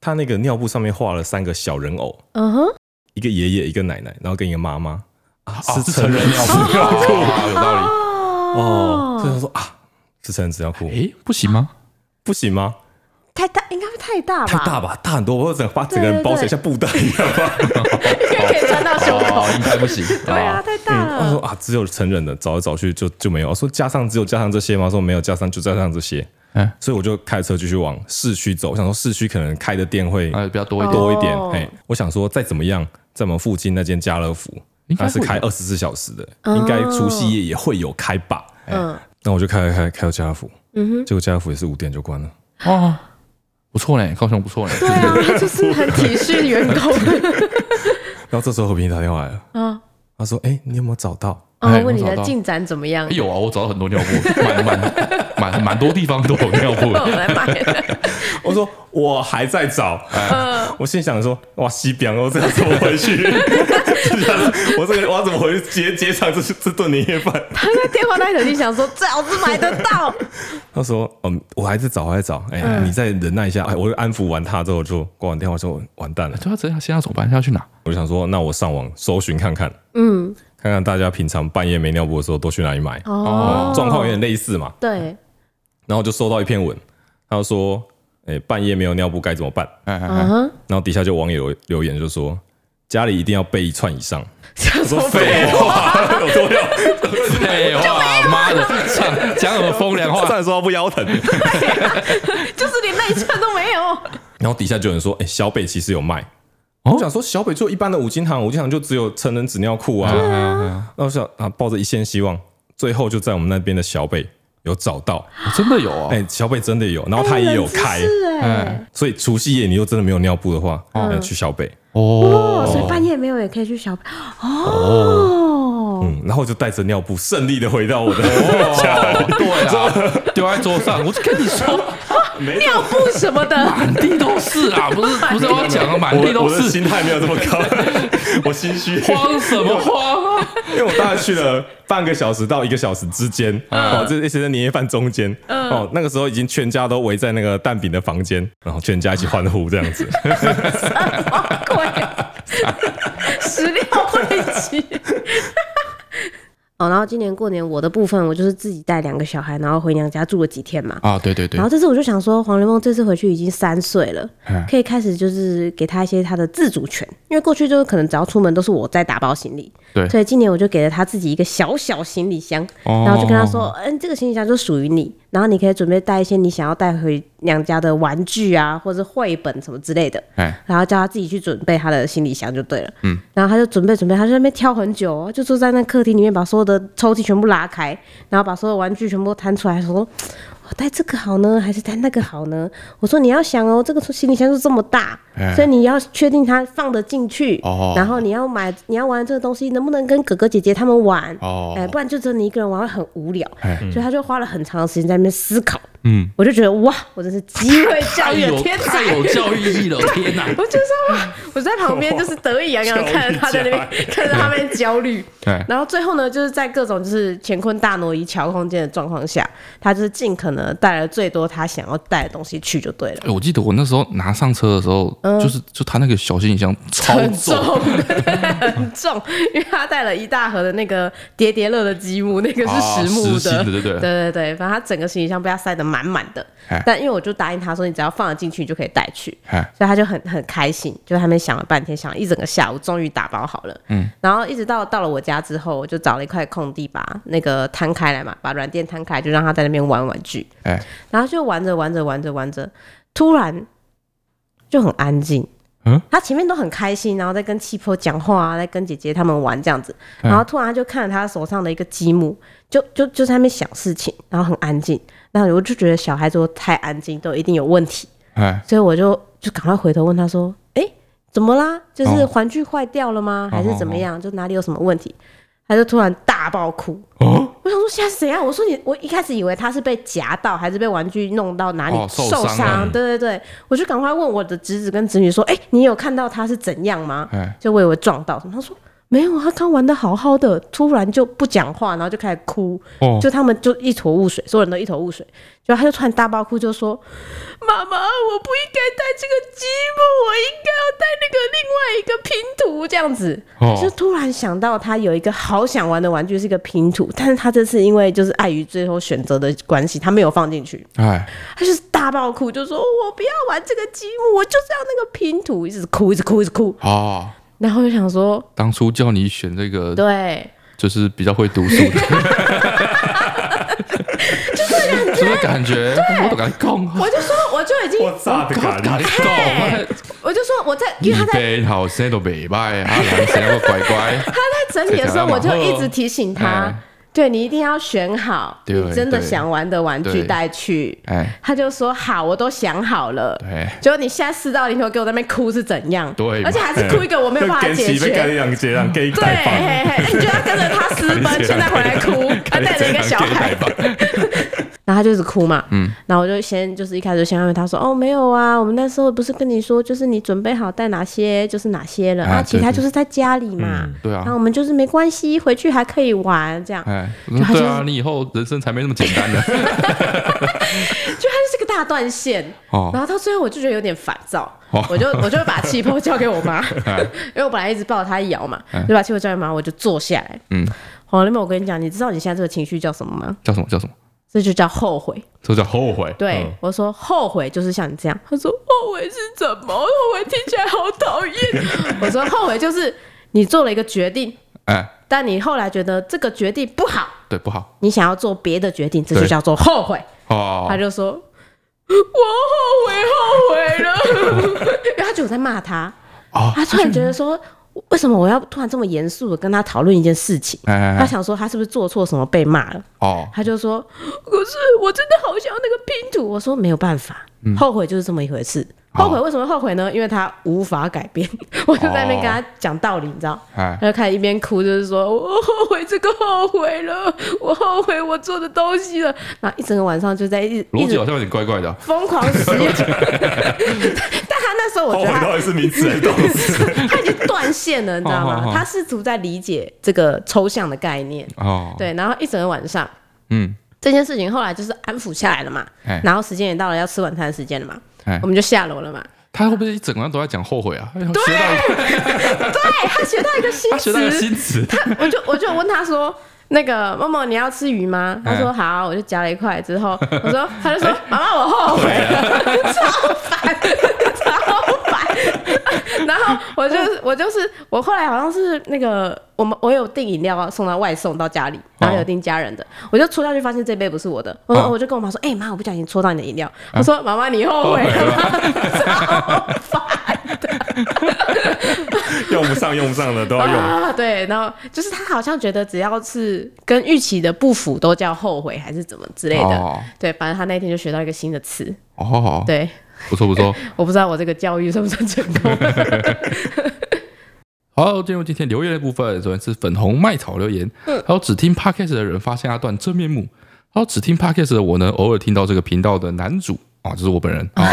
C: 他那个尿布上面画了三个小人偶，
D: 嗯哼，
C: 一个爷爷，一个奶奶，然后跟一个妈妈，
B: 啊
C: 是
B: 是
C: 成人
B: 尿
C: 纸
B: 布，啊有道理。
C: 哦，所以
D: 哦，
C: 他说啊，是成人纸尿裤
B: 哎，不行吗？
C: 不行吗？
D: 太大应该会太大吧？
C: 太大吧，大很多，我整个把整个人包起来
D: 对对
C: 像布袋一样吧。
D: 应该可以穿到胸口。
B: 哦，应该不行。哦
D: 对啊，，太大
C: 他说
D: 了。
C: 啊，只有成人的，找来找去就就没有。我说加上只有加上这些吗？说没有，加上就加上这些。
B: 嗯
C: 所以我就开车继续往市区走，我想说市区可能开的店会
B: 啊，比较多一点，
C: 多一点。
D: 哦
C: 嘿，我想说再怎么样，在我们附近那间家乐福，
B: 应该
C: 它
B: 会
C: 是开
B: 有
C: 二十四小时的，
D: 哦
C: 应该除夕夜也会有开吧。
D: 嗯
C: 那我就开开开开到家乐福，
D: 嗯哼，
C: 结果家乐福也是五点就关了。
B: 哦，不错嘞，高雄不错嘞。
D: 对啊，他就是很体恤员 工。
C: 然后这时候和平打电话来了，
D: 嗯，
C: 他说：“哎、你有没有找到
D: 哦，问你的进展怎么样
B: 哎？有啊，我找到很多尿布，蛮蛮蛮蛮多地方都有尿布
D: 我。哦来买了，？”
C: 我说：“我还在找。
D: 嗯
C: 我心想说：“哇，西边哦，这要怎么回去？ 这下子我这个我要怎么回去接接上这这顿年夜饭
D: 他在电话那头就想说，最好是买得到。？”
C: 他说：“嗯，我还在找，我还在找。哎、
D: 嗯
C: 你再忍耐一下。哎，我就安抚完他之后，就挂完电话说完蛋了。”
B: 对啊，这要现在要怎么办？现在要去哪？
C: 我就想说，那我上网搜寻看看，
D: 嗯，
C: 看看大家平常半夜没尿布的时候都去哪里买，
D: 哦，
C: 状况有点类似嘛。
D: 对，
C: 然后就收到一篇文，他就说，诶、半夜没有尿布该怎么办？
B: 哎哎，
D: 嗯哼，
C: 然后底下就网友留言就说，家里一定要备一串以上。
D: 想
C: 我
D: 说
C: 说废话，有多要？
B: 废话，妈的，讲讲什么风凉 话？
C: 再说不腰疼。
D: 就是连那一串都没有。
C: 然后底下就有人说，诶、小北其实有卖。
B: 哦
C: 我想说，小北就一般的五金行，五金行就只有成人纸尿裤啊。
B: 哎呀哎呀
C: 那我想啊，抱着一线希望，最后就在我们那边的小北有找到。
B: 哎真的有啊
C: 哎、，小北真的有，然后他也有开，
D: 是哎
B: 哎，
C: 所以除夕夜你又真的没有尿布的话，嗯，去小北，
D: 哦，所
B: 哦，
D: 以半夜没有也可以去小哦，
C: 嗯，然后就带着尿布顺利的回到我的，
B: 哦，对啊，丢在桌上，我就跟你说，
D: 尿布什 么的，
B: 满地都是啊，不是不是我讲的满地
C: 我
B: 都
C: 我的
B: 是，
C: 心态没有这么高， 我心虚，
B: 慌什么慌啊？
C: 因为我大概去了半个小时到一个小时之间，
D: 嗯
C: 哦，这这些在年夜饭中间，哦，那个时候已经全家都围在那个蛋饼的房间，然后全家一起欢呼这样 子，
D: 好贵， 始料未及。哦，然后今年过年我的部分，我就是自己带两个小孩，然后回娘家住了几天嘛。
B: 啊，对对对
D: 然后这次我就想说，黄连梦这次回去已经三岁了
B: 嗯，
D: 可以开始就是给他一些他的自主权，因为过去就是可能只要出门都是我在打包行李，
B: 对
D: 所以今年我就给了他自己一个小小行李箱，
B: 哦
D: 然后就跟他说，嗯，这个行李箱就属于你，然后你可以准备带一些你想要带回娘家的玩具啊，或者是绘本什么之类的，
B: 哎，
D: 然后叫他自己去准备他的行李箱就对了。嗯，然后他就准备准备，他就在那边挑很久、哦，就坐在那客厅里面把所有的抽屉全部拉开，然后把所有玩具全部摊出来，说：“我带哦这个好呢，还是带那个好呢？我说你要想哦，这个行李箱是这么大，
B: 哎
D: 所以你要确定它放得进去，
B: 哦
D: 然后你要买你要玩这个东西，能不能跟哥哥姐姐他们玩？
B: 哦
D: 哎，不然就只有你一个人玩会很无聊，
B: 哎
D: 所以他就花了很长的时间在那边思考。
B: 嗯，
D: 我就觉得哇，我真是机会教
A: 太
D: 育的
A: 有
D: 天
A: 太
D: 才。
A: 有教育意义了，天哪！
D: 我就说哇，我在旁边就是得意洋洋地看着他在 那
C: 教
D: 边
C: 育，
D: 看着他在那边焦虑。
B: 哎，
D: 然后最后呢，就是在各种就是乾坤大挪移、调空间的状况下，他就是尽可能带了最多他想要带的东西去就对了。
B: 哎我记得我那时候拿上车的时候，就是就他那个小行李箱超
D: 嗯 很重
B: 重，，
D: 很重，因为他带了一大盒的那个叠叠乐的积木，那个是
B: 哦
D: 实木
B: 实
D: 的，
B: 心的对对
D: 对对对反正他整个行李箱被他塞得满满的
B: 哎。
D: 但因为我就答应他说，你只要放得进去，你就可以带去。
B: 哎，
D: 所以他就很很开心，就他们想了半天，想了一整个下午，终于打包好了。嗯，然后一直到到了我家之后，我就找了一块空地，把那个摊开来嘛，把软垫摊开，就让他在那边玩玩具。
B: 哎，
D: 然后就玩着玩着玩着玩着，突然就很安静。
B: 嗯，
D: 他前面都很开心，然后在跟气泡讲话啊，在跟姐姐他们玩这样子。
B: 嗯
D: 然后突然他就看着他手上的一个积木，就就就在那边想事情，然后很安静。然后我就觉得小孩子都太安静都一定有问题。
B: 哎，
D: 所以我就就赶快回头问他说：“哎、怎么啦？就是
B: 哦
D: 玩具坏掉了吗？
B: 哦
D: 还是怎么样？就哪里有什么问题？”他就突然大爆哭。
B: 哦，
D: 我想说现在是怎样？我说你，我一开始以为他是被夹到，还是被玩具弄到哪里
B: 哦受伤
D: 受
B: 了
D: 伤、对对对，我就赶快问我的侄子跟侄女说：“哎、你有看到他是怎样吗？”
B: 哎，
D: 就我以为撞到什么，他说。没有，他刚玩的好好的，突然就不讲话，然后就开始哭，
B: 哦，
D: 就他们就一头雾水，所有人都一头雾水。就他就突然大爆哭，就说：“妈妈，我不应该带这个积木，我应该要带那个另外一个拼图。”这样子，
B: 哦
D: 就突然想到他有一个好想玩的玩具是一个拼图，但是他这次因为就是碍于最后选择的关系，他没有放进去，
B: 哎，
D: 他就是大爆哭，就说：“我不要玩这个积木，我就是要那个拼图。”一直哭，一直哭，一直哭。
B: 哦，
D: 然后我就想说，
B: 当初叫你选这个，
D: 对，
B: 就是比较会读书 的，就是感觉，我都敢讲，啊
D: 我就说，我就已经
C: 我炸的咖
B: 敢
C: 喱，
B: 讲，啊
D: 我就说我在，
B: 你
D: 因为他在
B: 背好谁都袂歹，啊，人谁都乖 乖，
D: 整理的时候，我就一直提醒他
B: 哎，
D: 对你一定要选好
B: 对
D: 你真的想玩的玩具
B: 对
D: 带去。
B: 哎，
D: 他就说好，我都想好了。
B: 对
D: 结果你现在四到零头给我在那边哭是怎样？
B: 对
D: 而且还是哭一个我没有办法解
C: 被干
D: 决。
C: 两节让给
D: 对，
C: 太
D: 嘿
C: 棒，
D: 嘿，嘿你觉得他跟着他私奔，现在回来 哭，他带着一个小孩，然后他就一直哭嘛，嗯，然后我就先就是一开始就先安慰他说，哦，没有啊，我们那时候不是跟你说，就是你准备好带哪些就是哪些了，
B: 啊
D: 啊，其他
B: 对对
D: 就是在家里嘛，
B: 对啊
D: 然后我们就是没关系，回去还可以玩这样，
B: 哎，
D: 就他就
B: 对啊，你以后人生才没那么简 单的，
D: 就他就是个大断线，
B: 哦
D: 然后到最后我就觉得有点烦躁，
B: 哦哎
D: 我就我就把气泡交给我妈，因为我本来一直抱着她摇嘛，就把气泡交给妈，我就坐下来，
B: 嗯，
D: 好，那么我跟你讲，你知道你现在这个情绪叫什么吗？
B: 叫什么叫什么？
D: 这就叫后悔。
B: 这叫后悔。
D: 对、
B: 嗯
D: 我说后悔就是像你这样，他说后悔是怎么？后悔听起来好 讨厌。我说后悔就是你做了一个决定，
B: 哎，
D: 但你后来觉得这个决定不好，
B: 对，不好
D: 你想要做别的决定，这
B: 对
D: 就叫做后悔。他
B: 哦，
D: 就说我后悔 后悔了，因为他觉得我在骂他，
B: 哦
D: 他突然觉得说。为什么我要突然这么严肃的跟他讨论一件事情？
B: 哎哎哎
D: 他想说他是不是做错什么被骂了？
B: 哦，
D: 他就说：“可是我真的好想要那个拼图。”我说：“没有办法，
B: 嗯
D: 后悔就是这么一回事。
B: 好
D: 后悔为什么后悔呢？因为他无法改变。 我就在那
B: 哦
D: 边跟他讲道理，你知道？
B: 哎
D: 他就开始一边哭，就是说哦我后悔这个后悔了，我后悔我做的东西了。然后一整个晚上就在一直一
B: 逻辑
D: 直
B: 好像有点怪怪的。
D: 疯狂使用。 但他那时候我
C: 后
D: 觉
B: 哦
C: 悔
D: 得他
C: 哦到底是名词还是动词？
D: 他已经断线了，你知道
B: 好好
D: 吗？
B: 好
D: 他试图在理解这个抽象的概念。
B: 哦，，
D: 对，然后一整个晚上。
B: 嗯，
D: 这件事情后来就是安抚下来了嘛
B: 哎，
D: 然后时间也到了要吃晚餐的时间了嘛
B: 哎，
D: 我们就下楼了嘛。
B: 他会不会一整晚都在讲后悔啊？对，学到一个
D: 对他学到一个新
B: 他学 到一个
D: 词，
B: 新词，
D: 我就我就问他说。那个默默，你要吃鱼吗？他说
B: 哎
D: 好，我就夹了一块。之后我说，他就说妈妈，我后悔 了，超烦，超烦。然后我就我就是我后来好像是那个我们我有订饮料啊，送到外送到家里，然后有订家人的，我就戳下去发现这杯不是我的，我
B: 哦
D: 我就跟我妈说，哎妈，我不小心戳到你的饮料。我说妈妈，你后悔了吗？超烦。
C: 用不上用不上的都要用。
D: 啊， 对，然后就是他好像觉得只要是跟预期的不符，都叫后悔还是怎么之类的。
B: 哦
D: 对，反正他那天就学到一个新的词。
B: 哦，
D: 对，
B: 不错不错。
D: 我不知道我这个教育算不算成功。
B: 好，进入今天留言的部分，首先是粉红麦草留言，
D: 嗯
B: 还有只听 podcast 的人发现阿段真面目，还有只听 podcast 的我呢，偶尔听到这个频道的男主啊，就是我本人 啊，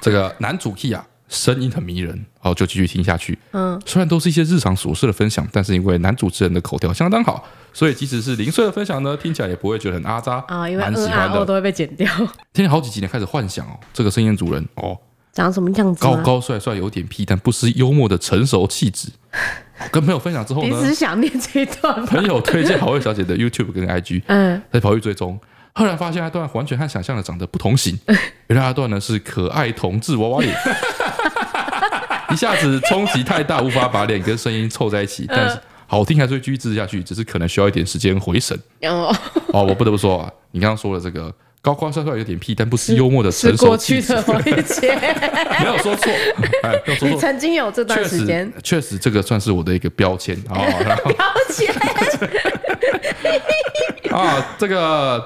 B: 这个男主 key 啊，声音很迷人，哦，就继续听下去。
D: 嗯，
B: 虽然都是一些日常琐事的分享，但是因为男主持人的口条相当好，所以即使是零碎的分享呢，听起来也不会觉得很阿扎
D: 啊，因为
B: 蛮喜
D: N
B: 欢
D: R O
B: 的。
D: 都会被剪掉，
B: 听了好几集呢，开始幻想哦，这个声音主人哦，
D: 长什么样子
B: 高
D: 吗？
B: 高帅帅，有点屁，但不失幽默的成熟气 质。跟朋友分享之后
D: 你
B: 呢，
D: 只是想念这 一段吧
B: 朋？友推荐好味小姐的 YouTube 跟 IG，
D: 嗯，
B: 再跑去追踪。赫然发现阿段完全和想象的长得不同 型，原来阿段呢是可爱同志娃娃脸，一下子冲击太大，无法把脸跟声音凑在一
D: 嗯
B: 起。但是好听还是会继续支持下去，只是可能需要一点时间回 神。
D: 哦，
B: 哦，我不得不说啊，你刚刚说的这个高高帅帅有点屁，但不失幽默的
D: 是
B: 成熟
D: 过
B: 气
D: 去
B: 质
D: 的，某一 节，
B: 没有 说错，哎，没有说
D: 你
B: 错。
D: 曾经有这段
B: 确
D: 时间
B: 实，确实，这个算是我的一个标签 啊、哦然后
D: 标签
B: 啊，这个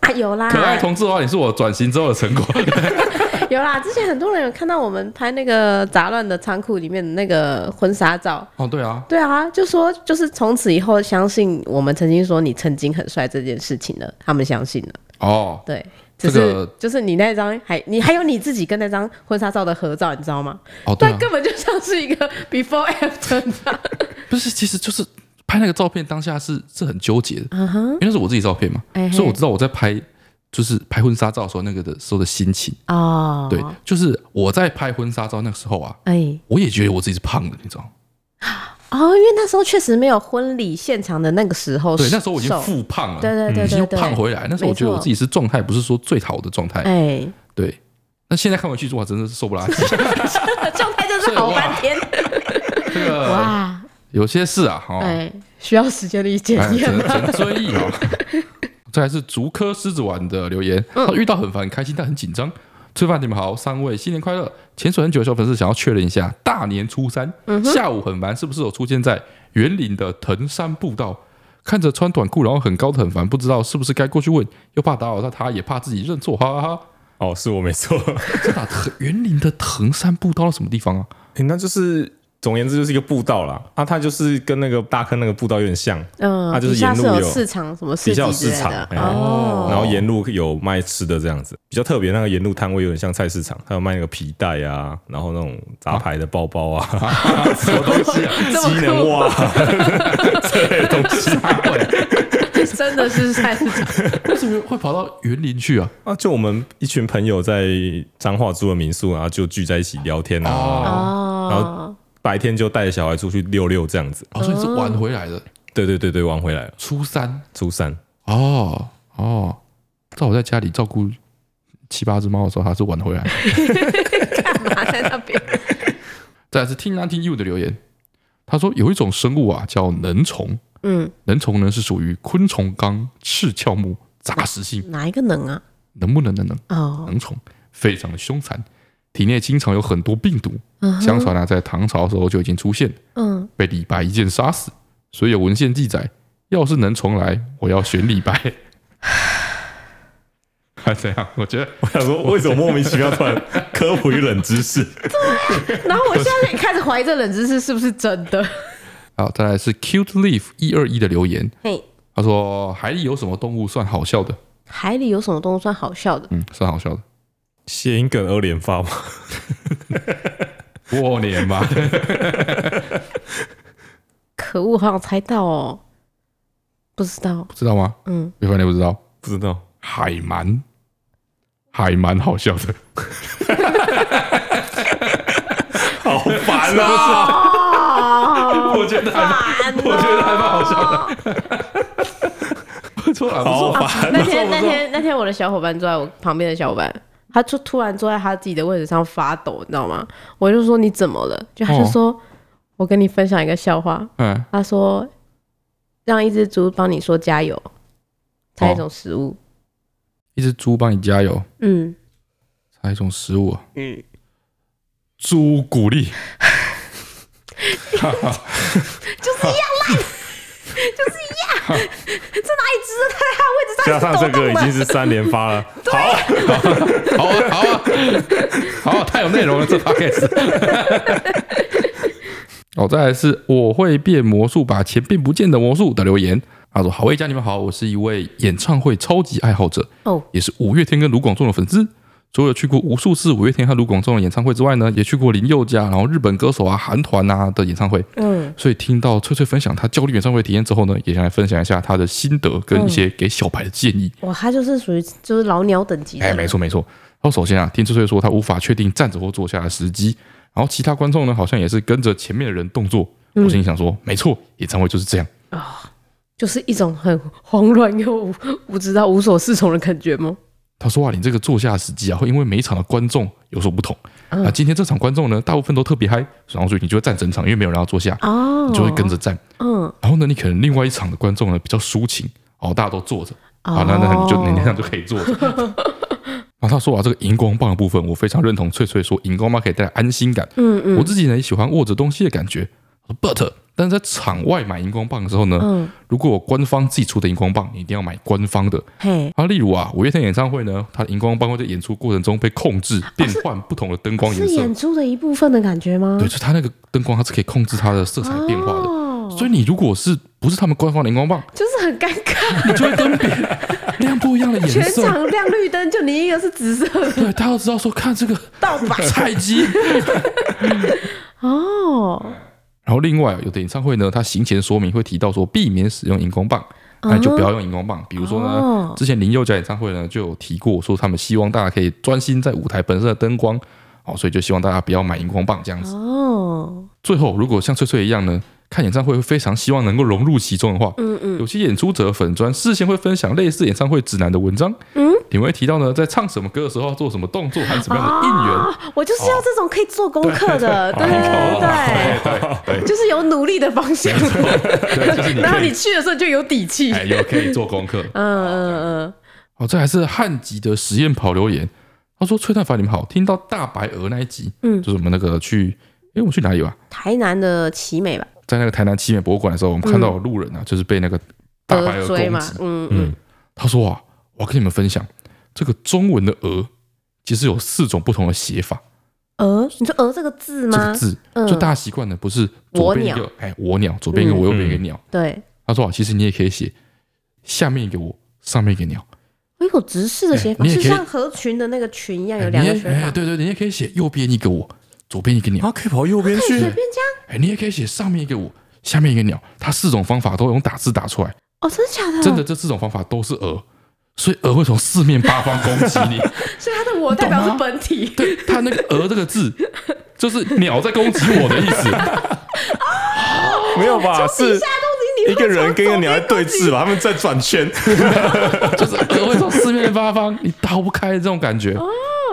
D: 啊，有啦，
B: 可爱哦同志娃娃脸是我转型之后的成果。
D: 啊有啦，之前很多人有看到我们拍那个杂乱的仓库里面的那个婚纱照。
B: 哦，对啊，
D: 对啊，就说就是从此以后相信我们曾经说你曾经很帅这件事情了，他们相信了。
B: 哦，
D: 对，只是、
B: 这个
D: 就是你那张还你还有你自己跟那张婚纱照的合照，你知道吗？
B: 哦，对
D: 但
B: 啊，
D: 根本就像是一个 before after 的。
B: 不是，其实就是拍那个照片当下是是很纠结的，
D: 嗯哼，
B: 因为那是我自己照片嘛，
D: 哎嘿
B: 所以我知道我在拍就是拍婚纱照的时候那个的时候的心情。
D: 哦，
B: 对，就是我在拍婚纱照那个时候啊，
D: 哎，
B: 我也觉得我自己是胖的，你知道吗？
D: 哦，因为那时候确实没有婚礼现场的那个时候哦瘦，
B: 对，那时候我已经复胖了，
D: 对对对
B: 已经
D: 对
B: 又
D: 对，
B: 胖回来。那时候我觉得我自己是状态不是说最好的状态，
D: 哎，
B: 对。那现在看回去，哇，真的是瘦不拉几。
D: 状态就是好半天，
B: 这个
D: 哇，
B: 有些事啊，哈、
D: 哎，需要时间的检
B: 哎，
D: 验
B: 只能
D: 吗？
B: 只能追忆啊。这还是竹科狮子丸的留言，
D: 嗯
B: 他遇到很烦、开心但很紧张。吃饭你们好，三位新年快乐！潜水很久的小粉丝想要确认一下，大年初三、
D: 嗯
B: 下午很烦，是不是有出现在园林的藤山步道？看着穿短裤然后很高的很烦，不知道是不是该过去问，又怕打扰到他，也怕自己认错，哈哈哈！
C: 哦，是我没错。
B: 这打藤园林的藤山步道是什么地方啊？
C: 诶那就是总而言之就是一个步道啦，啊，它就是跟那个大坑那个步道有点像，
D: 嗯，
C: 它啊就是
D: 底下
C: 沿路
D: 是有
C: 有
D: 市场什么市
C: 比较有
D: 集之
C: 市
D: 类
C: 场
D: 的，
C: 哎
D: 哦，
C: 然后沿路有卖吃的这样子，比较特别。那个沿路摊位有点像菜市场，还有卖那个皮带啊，然后那种杂牌的包包啊，什么东西啊，
D: 这么酷
C: 机能袜啊 这类的东西
D: 真的是菜市场，
B: 为什么会跑到园林去啊？
C: 啊。就我们一群朋友在彰化租的民宿，然后就聚在一起聊天啊，然
D: 哦
C: 后，白天就带着小孩出去溜溜这样子。
B: 哦，所以你是玩回来的，
C: 对对对对，玩回来了，
B: 初三
C: 初三。
B: 哦哦，在我在家里照顾七八只猫的时候，它是晚回来的。
D: 干嘛在那边？
B: 再来是听安听 you 的留言，他说有一种生物啊叫能虫，
D: 嗯，
B: 能虫呢是属于昆虫纲赤鞘目杂食性，
D: 哪一个能啊？
B: 能不能能能
D: 哦，
B: 能虫非常的凶残，体内经常有很多病毒，
D: 嗯哼
B: 相传啊在唐朝的时候就已经出现，
D: 嗯，
B: 被李白一箭杀死，所以有文献记载，要是能重来，我要选李白。 还怎样？我觉得
C: 我想说，为什么莫名其妙突 然科普一冷知识？
D: 然后我现在开始怀疑这冷知识是不是真的？
B: 好，再来是 Cute Leaf 一二一的留言，
D: 嘿，
B: 他说海里有什么动物算好笑的？
D: 海里有什么动物算好笑的？
B: 嗯，算好笑的，
C: 谐音梗二连发吗？
B: 过年嘛，
D: 可恶，好想猜到哦，不知道，
B: 知道吗？
D: 嗯，
B: 别凡你不知道，
C: 不知道，
B: 海蛮，海蛮好笑的，
C: 好 烦啊！
D: 哦，
B: 我觉得还蛮
D: 烦哦，
B: 我觉得还蛮好笑不错啦，不错，
C: 好烦。啊
D: 那天那天那天我的小伙伴坐在我旁边的小伙伴，他就突然坐在他自己的位置上发抖，你知道吗？我就说你怎么了？就他就
B: 哦
D: 说、我跟你分享一个笑话，
B: 嗯，
D: 他说让一只猪帮你说加油，猜一种食物，
B: 一只猪帮你加油，
D: 嗯
B: 猜嗯一种食物啊，
D: 嗯，
B: 猪骨力，
D: 就是一样烂，就是一样，这哪里值得他在他
C: 加
D: 的位置
C: 上
D: 上
C: 这
D: 抖
C: 个已
D: 动
C: 经
D: 了？
C: 是三连发 了，好啊，
B: 好啊，好 啊，好啊，太有内容了，这 podcast。哦，再来是我会变魔术，把钱变不见的魔术的留言。他说：“好，魏家你们好，我是一位演唱会超级爱好者，
D: 哦，
B: 也是五月天跟卢广仲的粉丝。除了去过无数次五月天和卢广仲的演唱会之外呢，也去过林宥嘉，然后日本歌手啊、韩团啊的演唱会。
D: 嗯，
B: 所以听到翠翠分享她焦虑演唱会体验之后呢，也想来分享一下她的心得跟一些给小白的建议。
D: 哇，他就是属于就是老鸟等级的，
B: 哎，没错没错。然后首先啊，听翠翠说她无法确定站着或坐下的时机，然后其他观众呢好像也是跟着前面的人动作。我心里想说，没错，演唱会就是这样。
D: 就是一种很慌乱又无无知道无所适从的感觉吗？
B: 他说啊，你这个坐下时机啊，会因为每一场的观众有所不同。啊、今天这场观众呢，大部分都特别嗨，然后所以你就会站整场，因为没有人要坐下，
D: 哦，
B: 你就会跟，着站。
D: 嗯，
B: 然后呢，你可能另外一场的观众呢比较抒情，哦，大家都坐着，
D: 哦
B: 啊好，那那你就你那样就可以坐 着。然后他说啊，这个荧光棒的部分，我非常认同翠翠说，荧光棒可以带来安心感。
D: 嗯嗯，
B: 我自己呢也喜欢握着东西的感觉。我说 But，但是在场外买荧光棒的时候呢，
D: 嗯
B: 如果有官方自己出的荧光棒，你一定要买官方的。
D: 嘿，
B: 啊，例如啊，五月天演唱会呢，它的荧光棒会在演出过程中被控制，变换不同的灯光
D: 哦是
B: 颜色。
D: 演出的一部分的感觉吗？
B: 对，就它那个灯光，它是可以控制它的色彩变化的。
D: 哦
B: 所以你如果是不是他们官方的荧光棒，
D: 就是很尴尬，
B: 你就会跟别人 亮不一样的
D: 全
B: 颜色。
D: 场亮绿灯，就你一个是紫色 的，
B: 对，大家都知道说看这个
D: 到吧？
B: 菜 鸡。
D: 哦，
B: 然后另外有的演唱会呢，它行前说明会提到说避免使用荧光棒，
D: 嗯
B: 那你就不要用荧光棒。比如说
D: 哦
B: 呢，之前林宥嘉演唱会呢就有提过说，他们希望大家可以专心在舞台本身的灯光，哦，所以就希望大家不要买荧光棒这样子。
D: 哦，
B: 最后，如果像翠翠一样呢，看演唱会会非常希望能够融入其中的话，
D: 嗯嗯
B: 有些演出者粉专事先会分享类似演唱会指南的文章，
D: 嗯，
B: 你会提到呢，在唱什么歌的时候要做什么动作，还是什么样的应援。
D: 啊，我就是要这种可以做功课的，
B: 哦
D: 对对对对，就是有努力的方 向，然后你去的时候就有底气，
B: 哎，
D: 嗯
B: 有可以做功课。
D: 嗯嗯，
B: 哦，这还是汉吉的实验跑留言，他说：“崔大凡你们好，听到大白鹅那一集，
D: 嗯
B: 就是我们那个去，哎，我们去哪里啊？
D: 台南的奇美吧，
B: 在那个台南奇美博物馆的时候，我们看到有路人啊，就是被那个大白鹅
D: 德
B: 攻
D: 追嘛
B: 击，。
D: 嗯嗯，
B: 嗯，他说啊，我跟你们分享，这个中文的鹅其实有四种不同的写法，
D: 鹅，你说鹅这个字
B: 这
D: 吗
B: 个？字
D: 嗯
B: 就大家习惯的不是左边一
D: 我
B: 个，哎，我鸟，左边一个
D: 嗯
B: 我，右边一个鸟。
D: 对，
B: 他说啊，其实你也可以写下面一个我，上面一个鸟。”
D: 我有直视的写法，
B: 哎你也
D: 是
B: 可以
D: 像合群的那个群一样，有
B: 哎
D: 两
B: 你
D: 个
B: 也
D: 写
B: 哎，
D: 法，哦
B: 对对对，你也可以写右边一个我，左边一个鸟。
C: 啊，可以跑右边
D: 随
C: 去
D: 便，这样。
B: 哎，你也可以写上面一个我，下面一个鸟。它四种方法都用打字打出来，
D: 哦，真的假的？
B: 真的，这四种方法都是鹅，所以鹅会从四面八方攻击 你。
D: 所以他的我代表是本体，
B: 对，它那个“鹅”这个字，就是鸟在攻击我的意 思。
C: 没有吧？是
D: 下东西
C: 一
D: 你会
C: 个人
D: 从
C: 跟一个
D: 左
C: 鸟在
D: 边
C: 对峙吧？他们在转圈，
B: 就是鹅会从四面八方，你逃不开这种感觉。
D: 哦，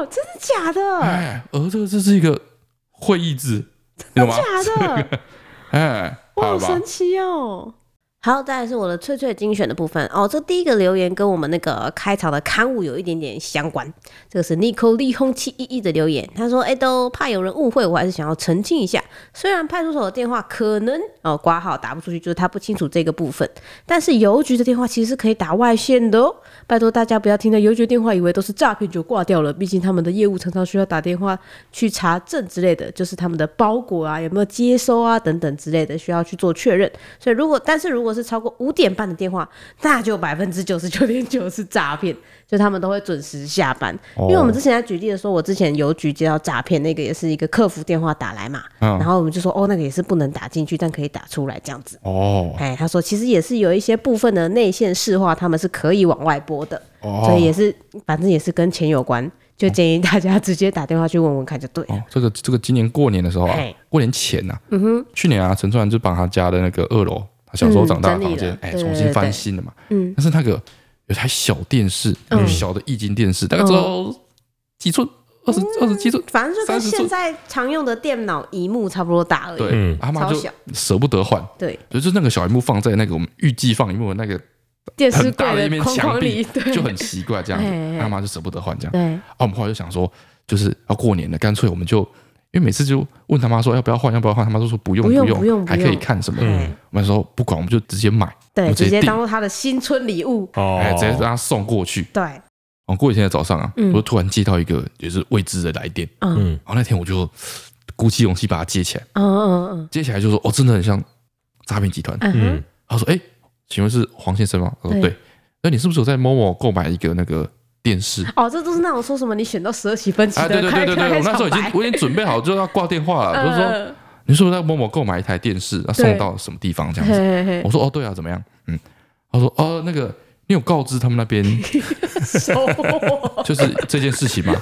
D: 真的 假的？
B: 哎，鹅这个字是一个会意字，你懂吗？
D: 假的。
B: 哎，
D: 哇，
B: 好
D: 好
B: 了吧
D: 神？奇哦！好，再来是我的翠翠精选的部分哦。这第一个留言跟我们那个开场的刊物有一点点相关。这个是 Nico 利空七一一的留言，他说：“哎、都怕有人误会，我还是想要澄清一下。虽然派出所的电话可能哦挂号打不出去，就是他不清楚这个部分，但是邮局的电话其实是可以打外线的哦。拜托大家不要听到邮局电话以为都是诈骗就挂掉了，毕竟他们的业务常常需要打电话去查证之类的，就是他们的包裹啊有没有接收啊等等之类的需要去做确认。所以如果但是如果是超过五点半的电话，那就百分之九十九点九是诈骗，就他们都会准时下班。因为我们之前在举例的说，我之前邮局接到诈骗，那个也是一个客服电话打来嘛，
B: 嗯
D: 然后我们就说哦那个也是不能打进去，但可以打出来这样子。
B: 哦，
D: 哎，他说其实也是有一些部分的内线市话，他们是可以往外播的，
B: 哦
D: 所以也是反正也是跟钱有关，就建议大家直接打电话去问问看就对了。
B: 哦，这个这个今年过年的时候啊
D: 嘿，
B: 过年前呐、嗯哼，去年啊，陈川就把他家的那个二楼，他小时候
D: 嗯
B: 长大的
D: 整理
B: 房间
D: 了，
B: 哎、
D: 对
B: 重
D: 对
B: 新
D: 对
B: 翻
D: 对
B: 新了嘛。
D: 嗯
B: 但是那个有台小电视，
D: 嗯哦
B: 有小的液晶电视，大概只有几寸，二十
D: 嗯
B: 二十几寸。
D: 反正就跟
B: 30寸
D: 现在常用的电脑荧幕差不多大而已。
B: 对
C: 嗯，
B: 阿妈
D: 超
B: 就
D: 小
B: 舍不得换，
D: 对，
B: 就是那个小荧幕放在那个我们预计放荧幕的那个
D: 电视
B: 很大
D: 柜
B: 一面
D: 框
B: 墙
D: 框
B: 壁
D: 里，，对，
B: 就很奇怪这样
D: 嘿嘿
B: 子
D: 嘿。
B: 阿妈就舍不得换这样。
D: 对，
B: 啊，我们后来就想说，就是要过年了，干脆我们就因为每次就问他妈说要不要换，要不要换，他妈都说不用
D: 不用
B: 用，
D: 不用不
B: 还可以
D: 用
B: 看什么。
D: 嗯
B: 我们说不管，我们就直接买，我
D: 对，
B: 们
D: 直接
B: 订，
D: 当做他的新春礼物。
C: 哦
B: 哎，直接让他送过去。
D: 对，
B: 哦，过几天的早上啊，
D: 嗯
B: 我就突然接到一个也是未知的来电，
D: 嗯
C: 嗯，
B: 然后那天我就鼓起勇气把它接起来，
D: 嗯嗯
B: 接起来就说哦，真的很像诈骗集团。
D: 嗯嗯
C: 嗯
B: 他说：“哎、请问是黄先生吗？”我说：“
D: 对
B: 对。”那你是不是有在某某购买一个那个电视？
D: 哼，哦，这都是那种说什么你选到十二起分期
B: 哎，对
D: 的，
B: 对
D: 快
B: 对
D: 快
B: 对对，
D: 快
B: 我那时候已经
D: 抢白
B: 我已经准备好就要挂电话了，我就说
D: 嗯
B: 你是不是在某某购买一台电视，那送到什么地方这样子？
D: 嘿嘿
B: 我说哦对啊，怎么样？嗯，他说哦那个你有告知他们那 边
D: 嘿， 收获
B: 就是这件事情吗？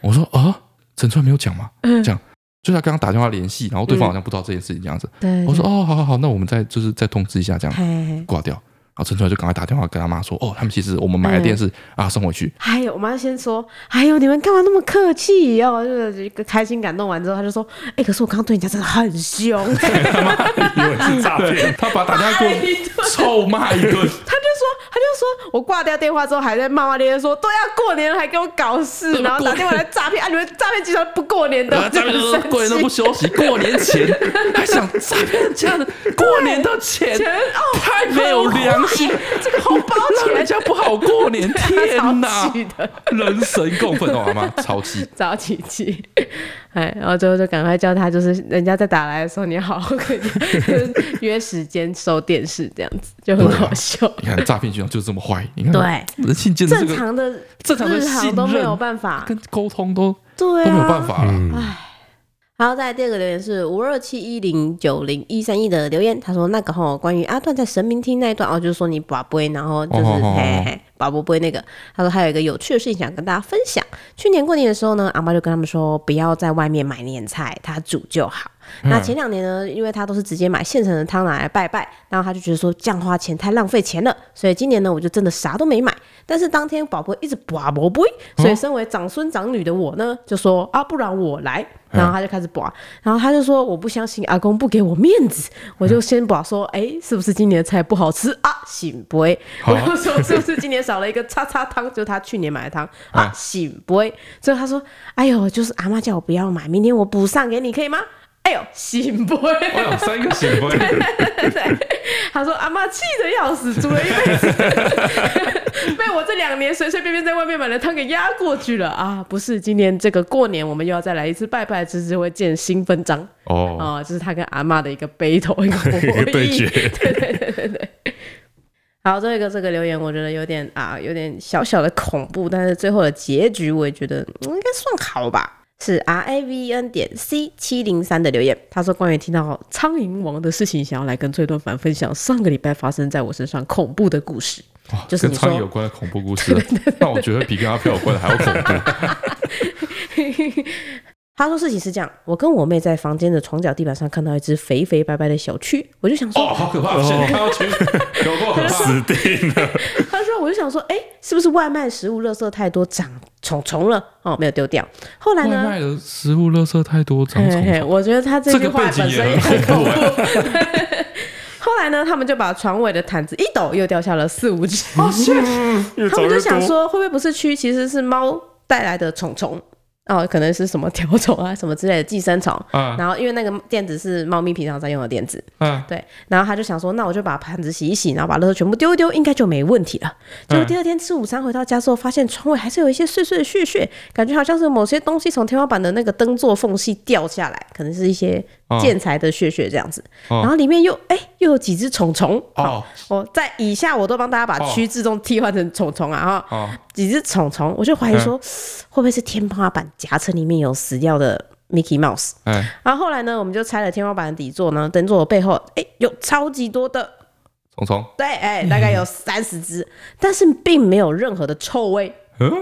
B: 我说啊，陈川没有讲吗？
D: 嗯
B: 这样，就是他刚刚打电话联系，然后对方好像不知道这件事情这样子。
D: 对，
B: 我说哦好好好，那我们再就是再通知一下这样。
D: 嘿，嘿嘿
B: 挂掉。然后陈川就赶快打电话跟他妈说：“哦，他们其实我们买
D: 嗯
B: 了电视、啊，送回 去。
D: 还有，我妈先说，哎呦，你们干嘛那么客气哦？就是一个开心感动完之后，她就说，哎、可是我刚刚对人家真的很凶、
C: 以为是诈 骗，
B: 他把打电话给
D: 哎对
B: 我臭骂一顿，
D: 他就说，他就说我挂掉电话之后还在骂骂咧咧说，都要过年了还跟我搞事，然后打电话来诈骗啊！你们诈骗集团不过年的，
B: 然后他们就
D: 我
B: 说
D: 真的
B: 过
D: 很生气
B: 年都不休息，过年 前还想诈骗人家的过年的钱，
D: 钱哦，
B: 太没有良心，
D: 这个红包
B: 让人
D: 钱
B: 家不好过年，天
D: 超
B: 哪！
D: 气的，
B: 人神共愤哦，他 妈超气！
D: 早起气， 哎，然后最后就赶快叫他，就是人家在打来的时候，你好好跟人家约时间收电视，这样子就很好笑。
B: 啊你看诈骗集团就是这么坏，你看
D: 对
B: 人性建的这
D: 正
B: 个
D: 常的
B: 正常的
D: 日
B: 信
D: 常
B: 任
D: 都没有办法，
B: 跟沟通都
D: 对
B: 都
D: 啊，
B: 没有办。法了。
D: 然后再来第二个留言是五二七一零九零一三一的留言，他说那个吼关于阿段在神明厅那一段哦，就是说你把杯，然后就是
B: 哦哦哦
D: 嘿嘿嘿把波杯那个，他说还有一个有趣的事情想跟大家分享。去年过年的时候呢，阿妈就跟他们说不要在外面买年菜，他煮就好。那前两年呢，因为他都是直接买现成的汤拿来拜拜，然后他就觉得说这样花钱太浪费钱了，所以今年呢，我就真的啥都没买。但是当天宝宝一直拔宝贝，所以身为长孙长女的我呢，就说啊，不然我来。然后他就开始拔，然后他就说我不相信阿公不给我面子，我就先拔说，哎、是不是今年的菜不好吃啊？醒不会？
B: 好
D: 我就说是不是今年少了一个叉叉汤，就是他去年买的汤啊？醒不会？所以他说，哎呦，就是阿妈叫我不要买，明天我补上给你，可以吗？哎呦，醒不会？
B: 我有三个行为，
D: 他说：“阿妈气得要死，煮了一辈子，被我这两年随随便便在外面买的汤给压过去了啊！不是，今年这个过年我们又要再来一次拜拜，这是会见新分章
B: 哦
D: 啊、这是他跟阿妈的一个 battle，一个博弈
C: 对决
D: 对对对对对。好，最后一个这个留言，我觉得有点啊，有点小小的恐怖，但是最后的结局，我也觉得、嗯、应该算好吧。是 R A V N 点 C 七零三的留言，他说关于听到苍蝇王的事情，想要来跟最多凡分享上个礼拜发生在我身上恐怖的故事。就是
B: 跟
D: 你
B: 苍蝇
D: 说
B: 有关的恐怖故 事啊，那我觉得比跟阿飘有关的还要恐怖。
D: 他说事情是这样，我跟我妹在房间的床脚地板上看到一只肥肥白白的小蛆，我就想说，
B: 哦，好可怕！现在看 到群，有够可怕。
C: 死定 了，
D: 他说，我就想说，哎、是不是外卖食物垃圾太多长虫虫了？哦，没有丢掉。后来
B: 外
D: 呢？
B: 卖的食物垃圾太多，长虫
D: 嘿嘿，
B: 虫。
D: 我觉得他这句话本身也很恐怖啊
B: 这。
D: 后来呢，他们就把床尾的毯子一抖，又掉下了四五只。
C: 越
D: 他
C: 走
D: 们就
C: 越
D: 想
C: 多。
D: 说，会不会不是蛆，其实是猫带来的虫虫？哦，可能是什么条虫啊，什么之类的寄生虫。
B: 啊
D: 然后因为那个垫子是猫咪平常在用的垫子，
B: 啊！
D: 对，然后他就想说，那我就把盘子洗一洗，然后把垃圾全部丢一丢，应该就没问题了。
B: 嗯
D: 结果第二天吃午餐回到家之后，发现窗外还是有一些碎碎的屑屑，感觉好像是某些东西从天花板的那个灯座缝隙掉下来，可能是一些建材的屑屑这样子。然后里面又哎、又有几只虫虫
B: 哦
D: 我在以下我都帮大家把
B: 哦
D: 蛆自动替换成虫虫啊哈，
B: 哦
D: 几只虫虫，我就怀疑
B: 嗯
D: 说、会不会是天花板夹层里面有死掉的 Mickey Mouse。
B: 哎，
D: 然后后来呢，我们就拆了天花板的底座呢，灯座的背后，哎，有超级多的，
B: 虫虫，
D: 对，哎，大 概有三十只，但是并没有任何的臭味，
B: 嗯，